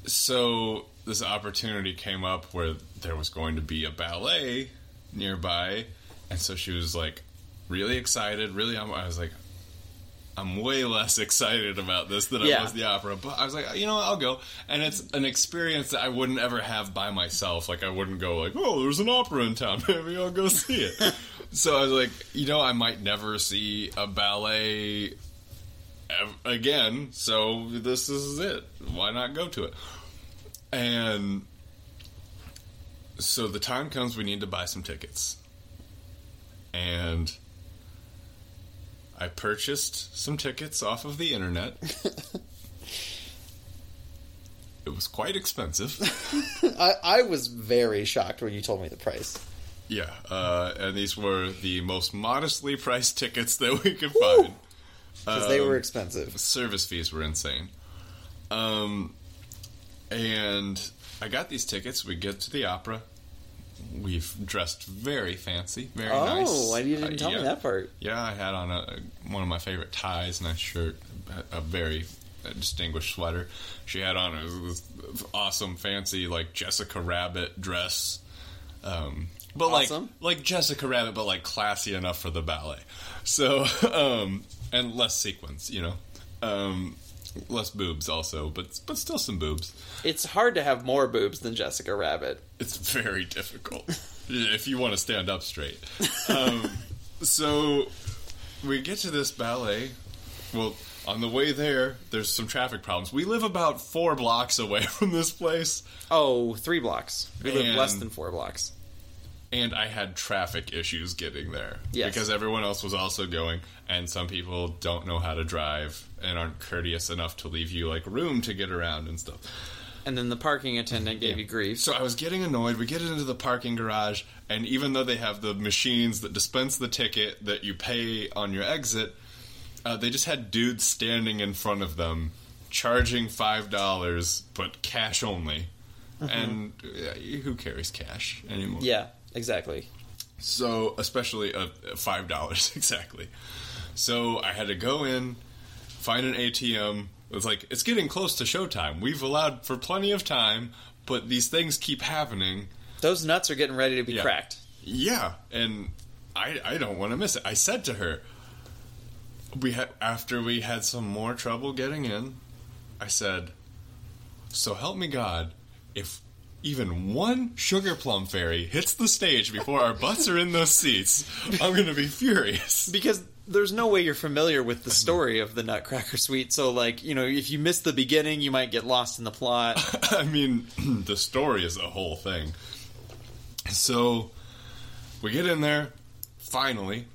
[SPEAKER 3] So this opportunity came up where there was going to be a ballet nearby, and so she was like really excited. Really, I'm, I was like, I'm way less *laughs* excited about this than
[SPEAKER 2] Yeah.
[SPEAKER 3] I was the opera. But I was like, you know, what, I'll go, and it's an experience that I wouldn't ever have by myself. Like I wouldn't go like, oh, there's an opera in town, *laughs* maybe I'll go see it. so I was like, you know, I might never see a ballet ev- again. So this is it. Why not go to it? And so the time comes we need to buy some tickets. And I purchased some tickets off of
[SPEAKER 4] *laughs*
[SPEAKER 3] the internet. it was quite expensive.
[SPEAKER 4] I, I was very shocked when you told me the price.
[SPEAKER 3] Yeah, uh, and these were the most modestly priced tickets that we could find.
[SPEAKER 4] Because they
[SPEAKER 3] Um,
[SPEAKER 4] were expensive.
[SPEAKER 3] Service fees were insane. Um, and I got these tickets. We get to the opera. We've dressed very fancy, very nice.
[SPEAKER 4] Oh, why you didn't
[SPEAKER 3] Uh,
[SPEAKER 4] tell
[SPEAKER 3] yeah.
[SPEAKER 4] me that part.
[SPEAKER 3] Yeah, I had on a, one of my favorite ties, nice shirt, a, a very distinguished sweater. She had on a, this awesome, fancy, like Jessica Rabbit dress. Um, but
[SPEAKER 4] Awesome.
[SPEAKER 3] like like Jessica Rabbit, but like classy enough for the ballet. So *laughs* um, and less sequins, you know, um, less boobs also, but but still some boobs.
[SPEAKER 4] It's hard to have more boobs than Jessica Rabbit.
[SPEAKER 3] It's very difficult if you want to stand up straight. Um, so we get to this ballet. Well, on the way there, there's some traffic problems. We live about four blocks away *laughs* from this place,
[SPEAKER 4] Oh, three blocks. We live less
[SPEAKER 3] And-
[SPEAKER 4] than four blocks.
[SPEAKER 3] and I had traffic issues getting there
[SPEAKER 4] Yes.
[SPEAKER 3] because everyone else was also going, and some people don't know how to drive and aren't courteous enough to leave you like room to get around and stuff.
[SPEAKER 4] And then the parking attendant gave you grief.
[SPEAKER 3] So I was getting annoyed. We get into the parking garage, and even though they have the machines that dispense the ticket that you pay on your exit, uh, they just had dudes standing in front of them, charging five dollars, but cash only. And uh, who carries cash anymore?
[SPEAKER 4] yeah, exactly.
[SPEAKER 3] So, especially uh, five dollars *laughs* exactly. So I had to go in, find an ATM. It's like it's getting close to showtime. We've allowed for plenty of time, but these things keep happening.
[SPEAKER 4] Those nuts are getting ready to be
[SPEAKER 3] Yeah.
[SPEAKER 4] cracked.
[SPEAKER 3] Yeah, and I I don't want to miss it. I said to her, we had after we had some more trouble getting in. I said, "So help me God, if even one sugar plum fairy hits the stage before our butts are in those seats, I'm gonna be furious."
[SPEAKER 4] Because there's no way you're familiar with the story of the Nutcracker Suite, so like, you know, if you miss the beginning, you might get lost in the plot.
[SPEAKER 3] *laughs* *laughs* I mean, *clears throat* the story is a whole thing. So we get in there, finally,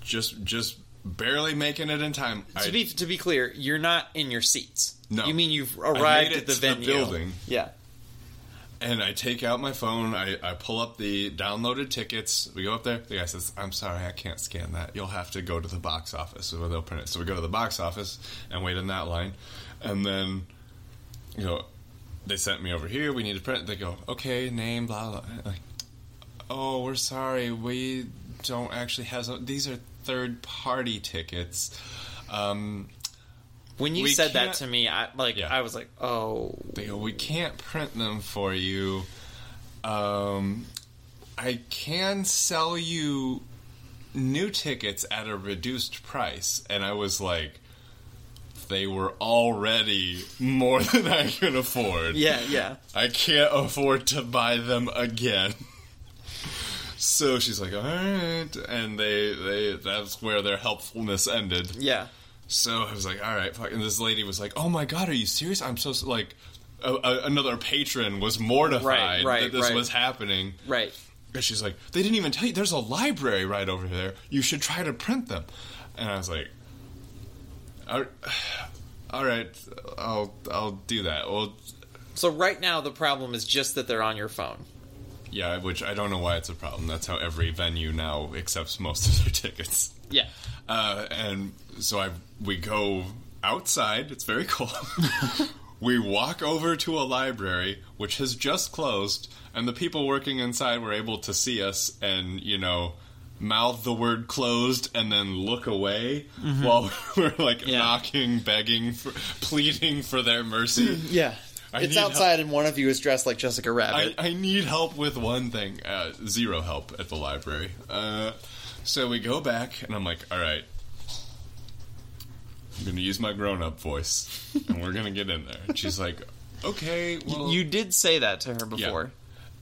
[SPEAKER 3] just just barely making it in time. I-
[SPEAKER 4] to be to be clear, you're not in your seats.
[SPEAKER 3] No.
[SPEAKER 4] you mean you've
[SPEAKER 3] I made
[SPEAKER 4] arrived
[SPEAKER 3] it
[SPEAKER 4] at the
[SPEAKER 3] to the
[SPEAKER 4] venue.
[SPEAKER 3] building.
[SPEAKER 4] Yeah,
[SPEAKER 3] And I take out my phone. I, I pull up the downloaded tickets. We go up there. The guy says, I'm sorry, I can't scan that. You'll have to go to the box office where they'll print it. So we go to the box office and wait in that line. And then, you know, they sent me over here. We need to print it. They go, okay, name, blah, blah. Like, oh, we're sorry. We don't actually have. These are third party tickets. Um,
[SPEAKER 4] when you
[SPEAKER 3] We
[SPEAKER 4] said that
[SPEAKER 3] can't-
[SPEAKER 4] to me, I like
[SPEAKER 3] Yeah.
[SPEAKER 4] I was like, oh,
[SPEAKER 3] They go, we can't print them for you. Um, I can sell you new tickets at a reduced price. And I was like, they were already more *laughs* than I could afford.
[SPEAKER 4] yeah, yeah.
[SPEAKER 3] I can't afford to buy them again. *laughs* so she's like, all right. And they, they, that's where their helpfulness ended.
[SPEAKER 4] Yeah.
[SPEAKER 3] So I was like, all right, fuck. And this lady was like, oh my god, are you serious? I'm so s- like, a, a, another patron was
[SPEAKER 4] Right,
[SPEAKER 3] mortified
[SPEAKER 4] right,
[SPEAKER 3] that this
[SPEAKER 4] right.
[SPEAKER 3] was happening.
[SPEAKER 4] Right.
[SPEAKER 3] And she's like, they didn't even tell you. There's a library right over there. You should try to print them. And I was like, all *sighs* all right, I'll I'll do that. Well,
[SPEAKER 4] So right now the problem is just that they're on your phone.
[SPEAKER 3] yeah, which I don't know why it's a problem. That's how every venue now accepts most of their tickets.
[SPEAKER 4] Yeah.
[SPEAKER 3] Uh, and so I we go outside. It's very *laughs* cold. we walk over to a library which has just closed, and the people working inside were able to see us and you know mouth the word closed and then look away while *laughs* we're like
[SPEAKER 4] Yeah.
[SPEAKER 3] knocking, begging, for, pleading for their mercy.
[SPEAKER 4] Yeah.
[SPEAKER 3] I
[SPEAKER 4] it's
[SPEAKER 3] need
[SPEAKER 4] outside, and one of you is dressed like Jessica
[SPEAKER 3] I,
[SPEAKER 4] Rabbit.
[SPEAKER 3] I need help with one thing. Uh, zero help at the library. Uh, so we go back, and I'm like, all right, I'm going to use my grown up voice, and we're going to get in there. And she's like, okay, well.
[SPEAKER 4] *laughs* you did say that to her
[SPEAKER 3] Yeah.
[SPEAKER 4] before.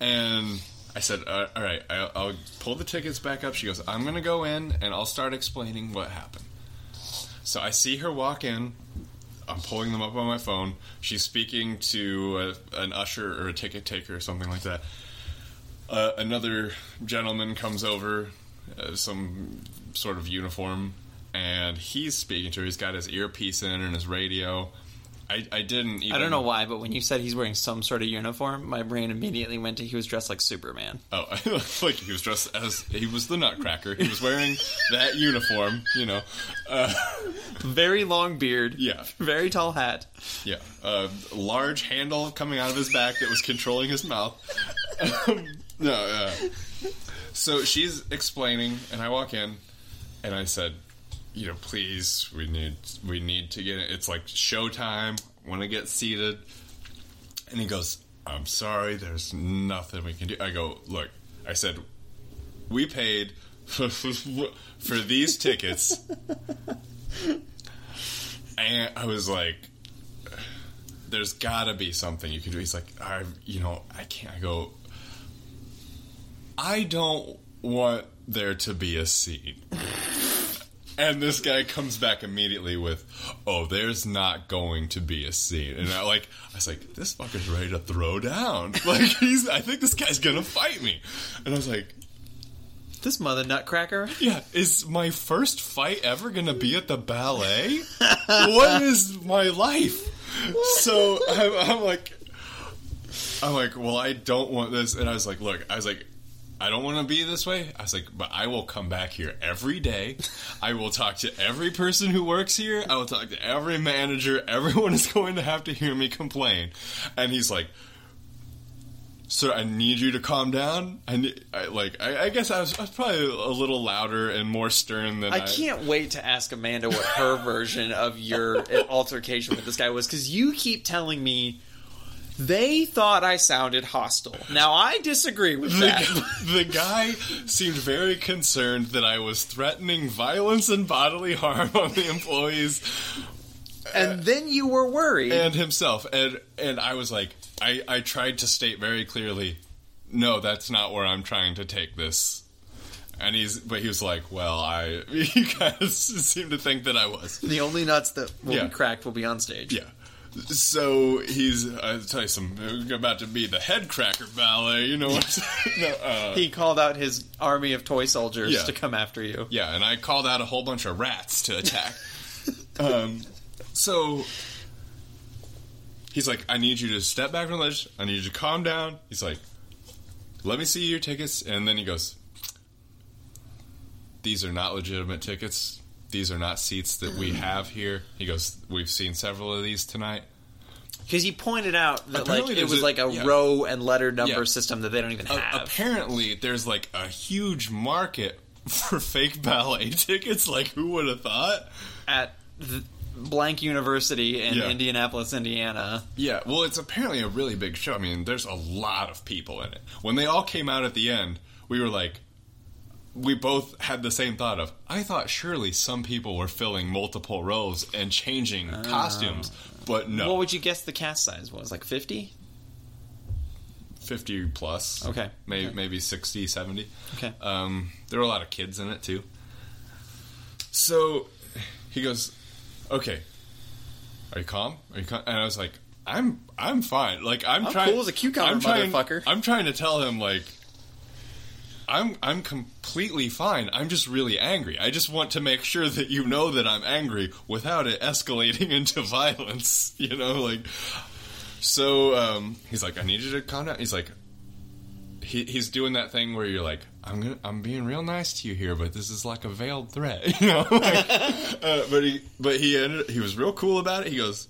[SPEAKER 3] And I said, uh, all right, I'll, I'll pull the tickets back up. She goes, I'm going to go in, and I'll start explaining what happened. So I see her walk in. I'm pulling them up on my phone. She's speaking to a, an usher or a ticket taker or something like that. Uh, another gentleman comes over, uh, some sort of uniform, and he's speaking to her. He's got his earpiece in and his radio. I, I didn't even.
[SPEAKER 2] I don't know why, but when you said he's wearing some sort of uniform, my brain immediately went to he was dressed like Superman.
[SPEAKER 3] Oh, *laughs* I looked like he was dressed as he was the Nutcracker. He was wearing that uniform, you know. Uh,
[SPEAKER 2] Very long beard.
[SPEAKER 4] *laughs*
[SPEAKER 3] Yeah.
[SPEAKER 2] Very tall hat.
[SPEAKER 3] yeah, a large handle coming out of his back that was controlling his mouth. *laughs* Um, no, uh, so she's explaining, and I walk in, and I said, "You know, please, we need we need to get it. It's like showtime. Want to get seated?" And he goes, "I'm sorry, there's nothing we can do." I go, "Look," I said, "We paid *laughs* for, for these tickets." And I was like, there's gotta be something you can do. He's like, I, you know, I can't. I go, I don't want there to be a scene. and this guy comes back immediately with, oh, there's not going to be a scene. And I like, I was like, this fucker's ready to throw down. *laughs* Like he's, I think this guy's gonna fight me. And I was like,
[SPEAKER 2] This mother nutcracker.
[SPEAKER 3] yeah, is my first fight ever gonna be at the ballet? what is my life? So I'm, I'm like, I'm like, well, I don't want this. And I was like, look, I was like, I don't want to be this way. I was like, but I will come back here every day. I will talk to every person who works here. I will talk to every manager. Everyone is going to have to hear me complain. And he's like, sir, I need you to calm down. I, need, I like, I, I guess I was, I was probably a little louder and more stern than I,
[SPEAKER 4] I can't wait to ask Amanda what
[SPEAKER 3] *laughs*
[SPEAKER 4] her version of your eh, altercation with this guy was because you keep telling me they thought I sounded hostile. Now I disagree
[SPEAKER 3] *laughs*
[SPEAKER 4] with
[SPEAKER 3] The,
[SPEAKER 4] that.
[SPEAKER 3] gu- the guy seemed very concerned that I was threatening violence and bodily harm on the employees
[SPEAKER 4] and then you were worried.
[SPEAKER 3] and himself. And and I was like, I, I tried to state very clearly, no, that's not where I'm trying to take this. And he's, but he was like, well, I, *laughs* you guys seem to think that I was.
[SPEAKER 4] the only nuts that will
[SPEAKER 3] Yeah.
[SPEAKER 4] be cracked will be on stage.
[SPEAKER 3] Yeah. So he's, I'll tell you some, about to be the head cracker ballet, you know what I'm saying? No, uh,
[SPEAKER 4] He called out his army of toy soldiers
[SPEAKER 3] Yeah.
[SPEAKER 4] to come after you.
[SPEAKER 3] yeah, and I called out a whole bunch of rats to attack. um, so he's like, I need you to step back from the ledge. I need you to calm down. He's like, let me see your tickets. And then he goes, these are not legitimate tickets. These are not seats that we have here. He goes, we've seen several of these tonight.
[SPEAKER 4] Because he pointed out that
[SPEAKER 3] Apparently
[SPEAKER 4] like it
[SPEAKER 3] there's
[SPEAKER 4] was
[SPEAKER 3] a-
[SPEAKER 4] like a
[SPEAKER 3] yeah.
[SPEAKER 4] row and letter number
[SPEAKER 3] Yeah.
[SPEAKER 4] system that they don't even
[SPEAKER 3] A-
[SPEAKER 4] have.
[SPEAKER 3] apparently there's like a huge market *laughs* for fake ballet tickets like who would have thought
[SPEAKER 4] at the blank university in
[SPEAKER 3] Yeah.
[SPEAKER 4] Indianapolis, Indiana.
[SPEAKER 3] yeah well it's apparently a really big show i mean there's a lot of people in it when they all came out at the end we were like we both had the same thought of i thought surely some people were filling multiple rows and changing costumes
[SPEAKER 4] Ah.
[SPEAKER 3] but no
[SPEAKER 4] What would you guess the cast size was? Like 50?
[SPEAKER 3] 50 plus
[SPEAKER 4] Okay.
[SPEAKER 3] maybe, maybe 60 70
[SPEAKER 4] Okay.
[SPEAKER 3] Um, there were a lot of kids in it too. So he goes, "Okay, are you calm? Are you calm?" And I was like, "I'm I'm fine. Like I'm,
[SPEAKER 4] I'm
[SPEAKER 3] trying
[SPEAKER 4] cool as a cucumber,
[SPEAKER 3] I'm trying,
[SPEAKER 4] motherfucker."
[SPEAKER 3] I'm trying to tell him like." I'm I'm completely fine. I'm just really angry. I just want to make sure that you know that I'm angry without it escalating *laughs* into violence. *laughs* You know, like so um, he's like, I need you to calm down. He's like, he, he's doing that thing where you're like, I'm gonna, I'm being real nice to you here, but this is like a veiled threat, *laughs* you know.
[SPEAKER 4] *laughs*
[SPEAKER 3] Like, uh, but he, but he ended, he was real cool about it. He goes,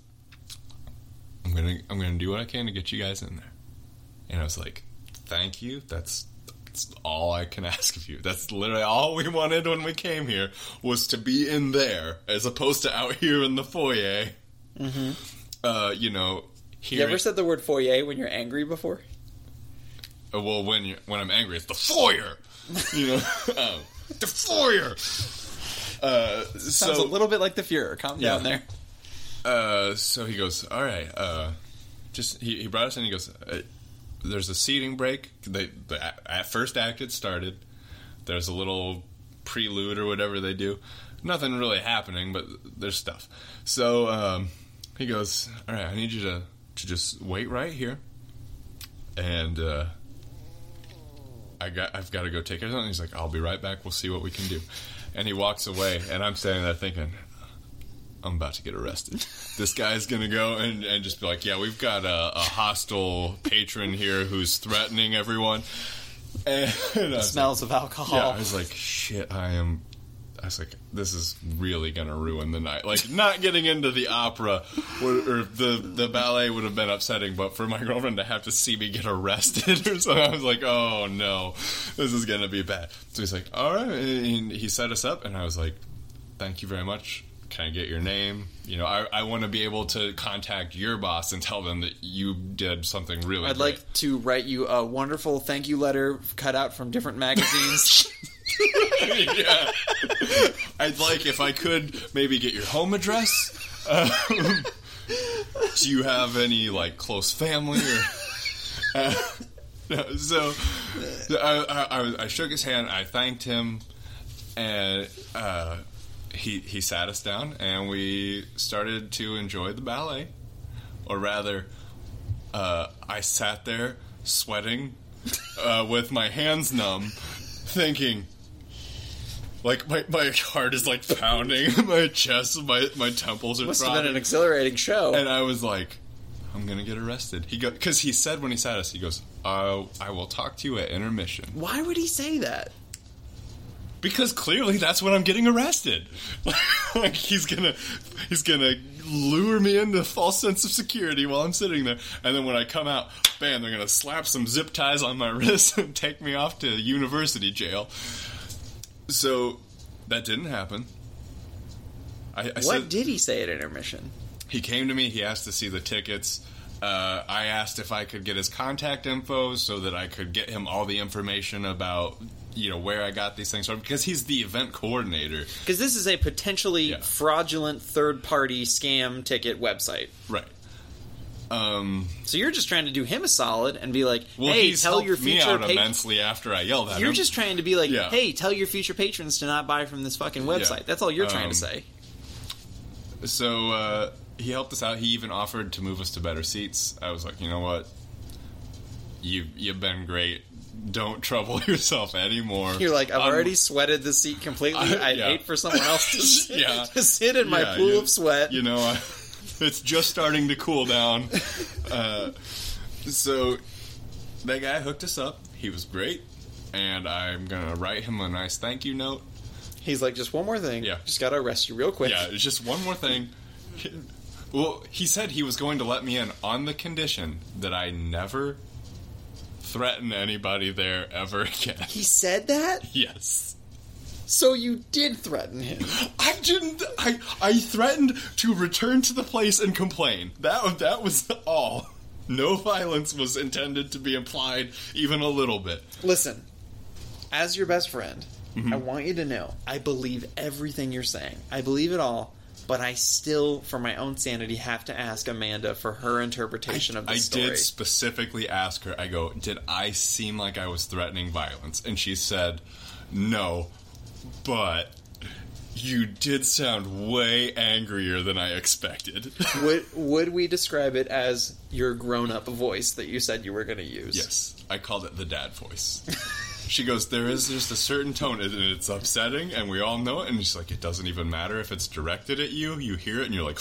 [SPEAKER 3] I'm gonna, I'm gonna do what I can to get you guys in there. And I was like, thank you. That's, that's all I can *laughs* ask of you. That's literally all we wanted when we came here was to be in there, as opposed to out here in the foyer. Mm-hmm. Uh, you know.
[SPEAKER 4] You ever
[SPEAKER 3] hearing-
[SPEAKER 4] said the word foyer when you're angry before?
[SPEAKER 3] Uh, well when you when I'm angry, it's the foyer. You know, *laughs* um, the foyer. Uh,
[SPEAKER 4] Sounds a
[SPEAKER 3] so
[SPEAKER 4] little bit like the Fuhrer. Calm
[SPEAKER 3] Yeah.
[SPEAKER 4] down there.
[SPEAKER 3] uh, so he goes, all right. Uh, just he, he brought us in. He goes, uh, there's a seating break. They, the a- at first act it started. There's a little prelude or whatever they do. nothing really happening, but there's stuff. So um, he goes, "All right, I need you to to just wait right here, and uh, I got I've got to go take her something." He's like, "I'll be right back. We'll see what we can do," and he walks away, and I'm standing there thinking. I'm about to get arrested. This guy's gonna go and, and just be like, "Yeah, we've got a, a hostile patron here who's threatening everyone." *laughs* And uh, I was like,
[SPEAKER 5] Smells of alcohol.
[SPEAKER 3] yeah, I was like, shit, I am. I was like, this is really gonna ruin the night. Like, not getting into the opera would, or the the ballet would have been upsetting, but for my girlfriend to have to see me get arrested *laughs* or something, I was like, oh no, this is gonna be bad. So he's like, all right, and he set us up, and I was like, thank you very much. Can I get your name? You know, I, I want to be able to contact your boss and tell them that you did something really.
[SPEAKER 2] I'd
[SPEAKER 3] great.
[SPEAKER 2] like to write you a wonderful thank you letter cut out from different
[SPEAKER 3] *laughs*
[SPEAKER 2] magazines.
[SPEAKER 3] yeah. I'd like if I could maybe get your home address. Um, *laughs* do you have any like close family? Or, *laughs* Uh, no, so so I, I- I, was- I shook his hand. I thanked him, and uh, he he sat us down, and we started to enjoy the ballet, or rather, uh, I sat there sweating uh, with my hands numb, thinking. Like my, my heart is like pounding, *laughs* my chest, my my temples are.
[SPEAKER 2] Must have been
[SPEAKER 3] throbbing
[SPEAKER 2] an exhilarating show.
[SPEAKER 3] and I was like, I'm gonna get arrested. He go because he said when he sat us, he goes, I, "I will talk to you at intermission,"
[SPEAKER 2] Why would he say that?
[SPEAKER 3] because clearly that's when I'm getting arrested. *laughs* like he's gonna he's gonna lure me into a false sense of security while I'm sitting there, and then when I come out, bam, they're gonna slap some zip ties on my *laughs* wrists and take me off to university jail. So that didn't happen. I, I
[SPEAKER 2] What
[SPEAKER 3] said,
[SPEAKER 2] did he say at intermission?
[SPEAKER 3] he came to me. He asked to see the tickets. Uh, I asked if I could get his contact info so that I could get him all the information about you know where I got these things from because he's the event coordinator.
[SPEAKER 2] Because this is a potentially
[SPEAKER 3] Yeah.
[SPEAKER 2] fraudulent third party scam ticket website.
[SPEAKER 3] Right. Um,
[SPEAKER 2] So you're just trying to do him a solid and be like,
[SPEAKER 3] well,
[SPEAKER 2] hey,
[SPEAKER 3] he's
[SPEAKER 2] tell
[SPEAKER 3] helped
[SPEAKER 2] your
[SPEAKER 3] me
[SPEAKER 2] future
[SPEAKER 3] out
[SPEAKER 2] patrons.
[SPEAKER 3] immensely after I yelled at him.
[SPEAKER 2] You're just trying to be like,
[SPEAKER 3] Yeah.
[SPEAKER 2] hey, tell your future patrons to not buy from this fucking website.
[SPEAKER 3] Yeah.
[SPEAKER 2] That's all you're trying
[SPEAKER 3] Um,
[SPEAKER 2] to say.
[SPEAKER 3] so uh, he helped us out. He even offered to move us to better seats. I was like, you know what, you you've been great. Don't *laughs* trouble yourself anymore.
[SPEAKER 2] You're like, I've
[SPEAKER 3] I'm-
[SPEAKER 2] already sweated the seat completely.
[SPEAKER 3] I-
[SPEAKER 2] I'd
[SPEAKER 3] yeah.
[SPEAKER 2] hate for someone
[SPEAKER 3] *laughs*
[SPEAKER 2] else to, sit-
[SPEAKER 3] Yeah.
[SPEAKER 2] to sit in my
[SPEAKER 3] Yeah,
[SPEAKER 2] pool
[SPEAKER 3] you-
[SPEAKER 2] of sweat.
[SPEAKER 3] You know, I, it's just starting to cool down. Uh, so that guy hooked us up. He was great, and I'm gonna write him a nice thank you note.
[SPEAKER 2] He's like, just one more thing.
[SPEAKER 3] Yeah.
[SPEAKER 2] Just got to arrest you real quick.
[SPEAKER 3] Yeah, it's just one more thing. Well, he said he was going to let me in on the condition that I never threaten anybody there ever *laughs* again.
[SPEAKER 2] He said that?
[SPEAKER 3] Yes.
[SPEAKER 2] So you did threaten him.
[SPEAKER 3] I didn't. I I threatened to return to the place and complain. That that was all. No violence was intended to be implied, even a little bit.
[SPEAKER 2] Listen, as your best friend,
[SPEAKER 3] Mm-hmm.
[SPEAKER 2] I want you to know I believe everything you're saying. I believe it all, but I still, for my own sanity, have to ask Amanda for her interpretation of the
[SPEAKER 3] I
[SPEAKER 2] story.
[SPEAKER 3] did specifically ask her. I go, "Did I seem like I was threatening violence?" And she said, "No, but." You did sound way angrier than I expected. *laughs*
[SPEAKER 2] Would would we describe it as your grown up voice that you said you were going to use?
[SPEAKER 3] Yes, I called it the dad voice. she goes, "There is just a certain tone, and it's upsetting, and we all know it." And she's like, "It doesn't even matter if it's directed at you. You hear it, and you're like,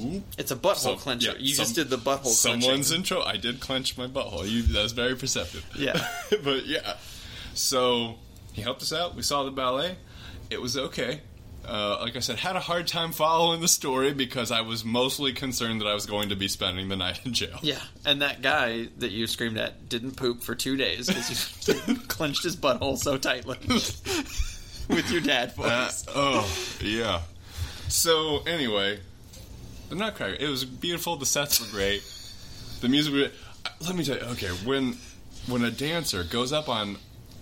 [SPEAKER 3] ooh."
[SPEAKER 2] It's a butthole
[SPEAKER 3] So-
[SPEAKER 2] clencher.
[SPEAKER 3] yeah,
[SPEAKER 2] you
[SPEAKER 3] some-
[SPEAKER 2] just did the butthole
[SPEAKER 3] Someone's
[SPEAKER 2] clenching.
[SPEAKER 3] intro. I did clench my butthole. You, that's very perceptive.
[SPEAKER 2] Yeah.
[SPEAKER 3] *laughs* but yeah. So he helped us out. We saw the ballet. It was okay. Uh, like I said, had a hard time following the story because I was mostly concerned that I was going to be spending the night in jail.
[SPEAKER 2] Yeah, and that guy that you screamed at didn't poop for two days because
[SPEAKER 3] *laughs*
[SPEAKER 2] you clenched his butthole so tightly with your dad voice.
[SPEAKER 3] Uh, oh, yeah. So anyway, the Nutcracker. It was beautiful. The sets were great. The music. Were, let me tell you. Okay, when when a dancer goes up on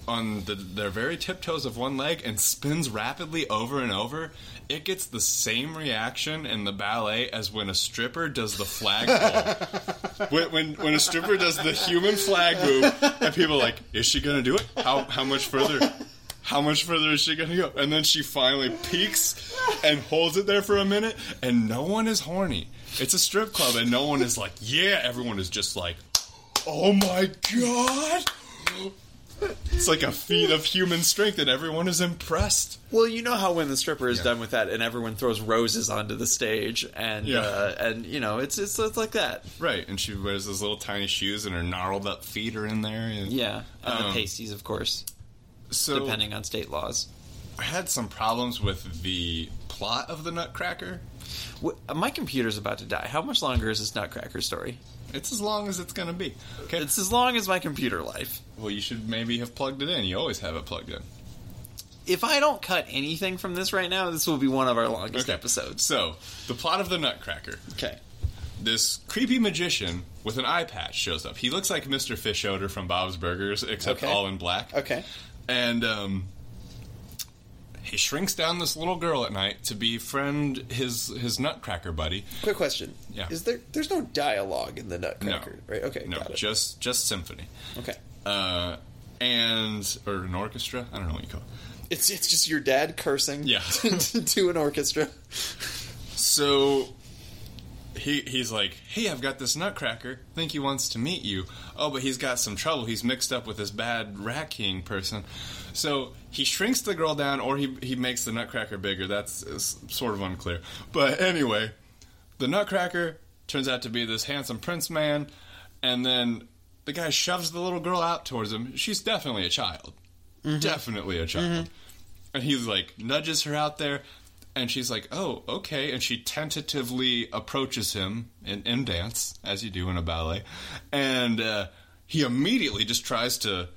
[SPEAKER 3] on the, their very tiptoes of one leg and spins rapidly over and over, it gets the same reaction in the ballet as when a stripper does the flag pole. when, when when a stripper does the human flag move, and people are like, "Is she gonna do it? How how much further?" How much further is she gonna go? And then she finally peaks and holds it there for a minute, and no one is horny. It's a strip club, and no one is like, yeah. Everyone is just like, oh my god. It's like a feat of human strength, and everyone is impressed.
[SPEAKER 4] Well, you know how when the stripper is
[SPEAKER 3] Yeah.
[SPEAKER 4] done with that, and everyone throws roses onto the stage, and
[SPEAKER 3] Yeah.
[SPEAKER 4] uh, and you know it's, it's it's like that.
[SPEAKER 3] Right, and she wears those little tiny shoes, and her gnarled up feet are in there. And
[SPEAKER 4] Yeah.
[SPEAKER 2] And the
[SPEAKER 3] Um,
[SPEAKER 2] pasties, of course,
[SPEAKER 3] so
[SPEAKER 2] depending on state laws.
[SPEAKER 3] I had some problems with the plot of the Nutcracker.
[SPEAKER 2] Wh-
[SPEAKER 4] uh, My computer's about to die. How much longer is this Nutcracker story?
[SPEAKER 3] It's as long as it's going to be. Okay.
[SPEAKER 4] It's as long as my computer life.
[SPEAKER 3] well, you should maybe have plugged it in. You always have it plugged in.
[SPEAKER 4] If I don't cut anything from this right now, this will be one of our longest episodes.
[SPEAKER 3] So, the plot of the Nutcracker.
[SPEAKER 4] Okay.
[SPEAKER 3] This creepy magician with an eye patch shows up. He looks like Mr. Fish Odor from Bob's Burgers, except
[SPEAKER 4] Okay.
[SPEAKER 3] all in black.
[SPEAKER 4] Okay.
[SPEAKER 3] and um, he shrinks down this little girl at night to befriend his his Nutcracker buddy.
[SPEAKER 4] Quick question.
[SPEAKER 3] Yeah.
[SPEAKER 4] Is there there's no dialogue in the
[SPEAKER 3] No,
[SPEAKER 4] Nutcracker, right? Okay.
[SPEAKER 3] no,
[SPEAKER 4] Got it.
[SPEAKER 3] just just symphony,
[SPEAKER 4] okay.
[SPEAKER 3] uh, and or an orchestra. I don't know what you call. it.
[SPEAKER 4] It's it's just your dad cursing
[SPEAKER 3] Yeah.
[SPEAKER 4] to, *laughs* to an orchestra.
[SPEAKER 3] So he he's like, hey, I've got this Nutcracker. Think he wants to meet you. Oh, but he's got some trouble. He's mixed up with this bad Rat King person. So he shrinks the girl down, or he he makes the Nutcracker bigger. That's uh, s- sort of unclear. But anyway. the Nutcracker turns out to be this handsome prince man, and then the guy shoves the little girl out towards him. She's definitely a child, definitely a child. And he's like nudges her out there, and she's like, "Oh, okay." And she tentatively approaches him in, in dance, as you do in a ballet, and uh, he immediately just tries to,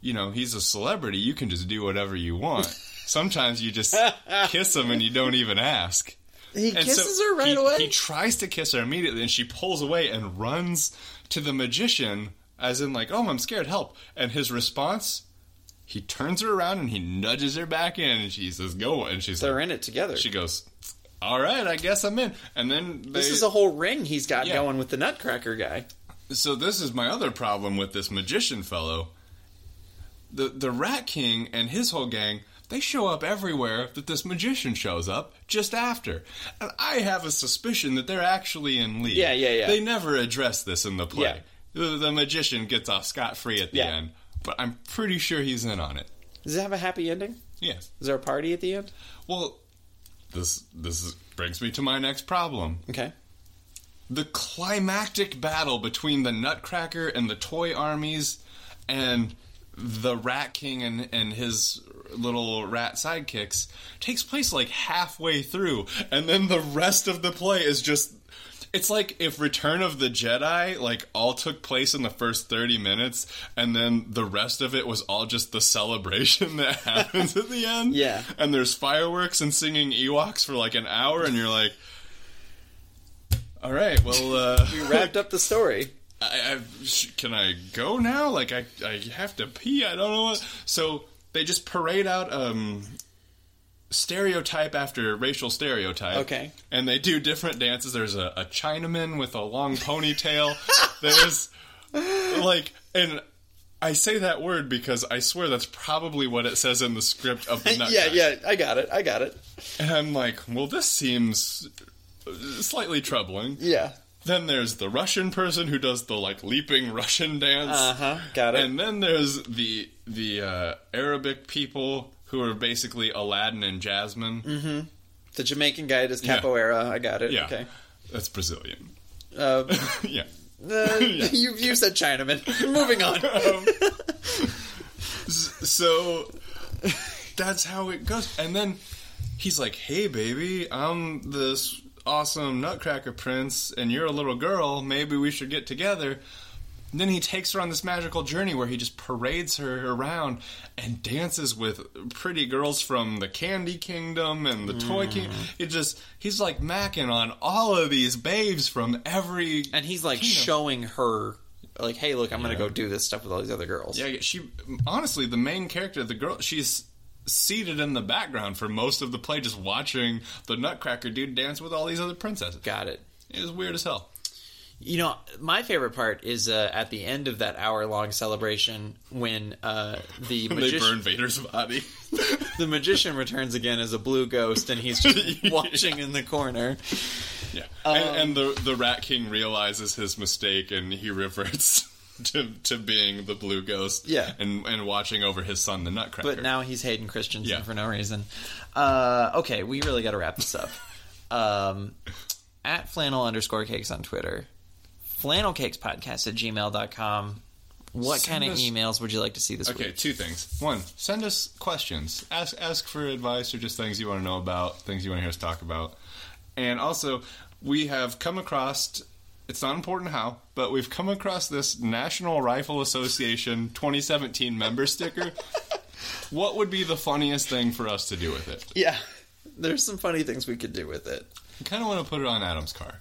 [SPEAKER 3] you know, he's a celebrity. You can just do whatever you want. Sometimes you just kiss him and you don't even ask.
[SPEAKER 4] He
[SPEAKER 3] And
[SPEAKER 4] kisses
[SPEAKER 3] so
[SPEAKER 4] her right
[SPEAKER 3] he-
[SPEAKER 4] away.
[SPEAKER 3] He tries to kiss her immediately, and she pulls away and runs to the magician, as in like, "Oh, I'm scared, help!" And his response, he turns her around and he nudges her back in, and she says, "Go!" And she's
[SPEAKER 4] They're
[SPEAKER 3] like,
[SPEAKER 4] in it together.
[SPEAKER 3] she goes, "All right, I guess I'm in." And then they,
[SPEAKER 4] this is a whole ring he's got
[SPEAKER 3] Yeah.
[SPEAKER 4] going with the Nutcracker guy.
[SPEAKER 3] so this is my other problem with this magician fellow. The the Rat King and his whole gang, they show up everywhere that this magician shows up just after. And I have a suspicion that they're actually in league.
[SPEAKER 4] Yeah, yeah, yeah.
[SPEAKER 3] They never address this in the play.
[SPEAKER 4] Yeah.
[SPEAKER 3] The, the magician gets off scot free at the
[SPEAKER 4] Yeah.
[SPEAKER 3] end, but I'm pretty sure he's in on it.
[SPEAKER 4] Does it have a happy ending?
[SPEAKER 3] Yes.
[SPEAKER 4] Is there a party at the end?
[SPEAKER 3] Well, this this is, brings me to my next problem.
[SPEAKER 4] *laughs* Okay.
[SPEAKER 3] the climactic battle between the Nutcracker and the toy armies and the Rat King and, and his little rat sidekicks takes place like halfway through, and then the rest of the play is just. It's like if Return of the Jedi like all took place in the first 30 minutes and then the rest of it was all just the celebration *laughs* that happens at the end.
[SPEAKER 4] Yeah.
[SPEAKER 3] And there's fireworks and singing Ewoks for like an hour and you're like all right. Well, uh,
[SPEAKER 4] *laughs* We wrapped up the story.
[SPEAKER 3] I, I, sh- can I go now? Like, I, I have to pee. I don't know what. So they just parade out um, stereotype after racial stereotype.
[SPEAKER 4] Okay.
[SPEAKER 3] And they do different dances. There's a, a Chinaman with a long
[SPEAKER 4] *laughs*
[SPEAKER 3] ponytail. There's like, and I say that word because I swear that's probably what it says in the script of
[SPEAKER 4] *laughs*
[SPEAKER 3] the
[SPEAKER 4] yeah,
[SPEAKER 3] *laughs* Nutcracker.
[SPEAKER 4] yeah, I got it. I got it.
[SPEAKER 3] And I'm like, well, this seems slightly troubling.
[SPEAKER 4] Yeah.
[SPEAKER 3] Then there's the Russian person who does the like leaping Russian dance.
[SPEAKER 4] Uh huh. Got it.
[SPEAKER 3] And then there's the the uh, Arabic people who are basically Aladdin and Jasmine.
[SPEAKER 4] the Jamaican guy does capoeira. I got it.
[SPEAKER 3] Yeah,
[SPEAKER 4] Okay.
[SPEAKER 3] that's Brazilian. *laughs*
[SPEAKER 4] Uh,
[SPEAKER 3] yeah.
[SPEAKER 4] uh,
[SPEAKER 3] Yeah.
[SPEAKER 4] *laughs* you, you said Chinaman. *laughs* Moving on.
[SPEAKER 3] Um, s- so that's how it goes. And then he's like, "Hey, baby, I'm this awesome Nutcracker prince, and you're a little girl. Maybe we should get together." And then he takes her on this magical journey where he just parades her around and dances with pretty girls from the Candy Kingdom and the Toy Kingdom. It just he's like macking on all of these babes from every
[SPEAKER 4] And he's like
[SPEAKER 3] Kingdom.
[SPEAKER 4] showing her, like, hey, look, I'm going to go do this stuff with all these other girls.
[SPEAKER 3] Yeah, yeah, she honestly the main character, the girl, she's seated in the background for most of the play, just watching the Nutcracker dude dance with all these other princesses.
[SPEAKER 4] Got it.
[SPEAKER 3] It was weird as hell.
[SPEAKER 2] You know, my favorite part is uh, at the end of that hour long celebration when uh, the
[SPEAKER 3] *laughs* They
[SPEAKER 2] magician.
[SPEAKER 3] burn Vader's body.
[SPEAKER 2] the magician returns again as a blue ghost, and he's
[SPEAKER 3] *laughs*
[SPEAKER 2] just watching in the corner.
[SPEAKER 3] Yeah. and and the, the Rat King realizes his mistake and he reverts *laughs* to, to being the blue ghost
[SPEAKER 2] Yeah.
[SPEAKER 3] and, and watching over his son, the Nutcracker.
[SPEAKER 2] But now he's Hayden Christensen
[SPEAKER 3] Yeah.
[SPEAKER 2] for no reason. Uh, okay, we really got to wrap this up. um, at flannel underscore cakes on Twitter, flannel cakes podcast at gmail.com. What
[SPEAKER 3] Send
[SPEAKER 6] kind
[SPEAKER 2] kind
[SPEAKER 6] of
[SPEAKER 2] of
[SPEAKER 3] us-
[SPEAKER 6] emails would you like to see this
[SPEAKER 3] Okay,
[SPEAKER 6] week?
[SPEAKER 3] two things. One, send us questions. Ask ask for advice or just things you want to know about, things you want to hear us talk about. And also, we have come across it's not important how, but we've come across this National Rifle Association 2017 member sticker. what would be the funniest thing for us to do with it?
[SPEAKER 2] Yeah, there's some funny things we could do with it. *laughs*
[SPEAKER 3] I kind of want to put it on Adam's car.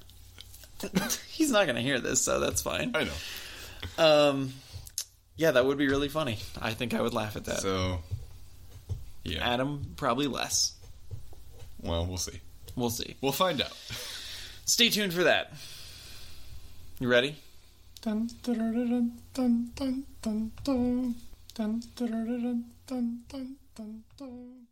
[SPEAKER 2] He's not going to hear this, so that's fine.
[SPEAKER 3] I know.
[SPEAKER 2] Um, yeah, that would be really funny. I think I would laugh at that.
[SPEAKER 3] So, yeah.
[SPEAKER 2] Adam, probably less.
[SPEAKER 3] Well, we'll see.
[SPEAKER 2] We'll see.
[SPEAKER 3] We'll find out.
[SPEAKER 2] Stay tuned for that. You ready?
[SPEAKER 3] Dun, dun, dun, dun, dun, dun, dun, dun, dun, dun, dun, dun, dun.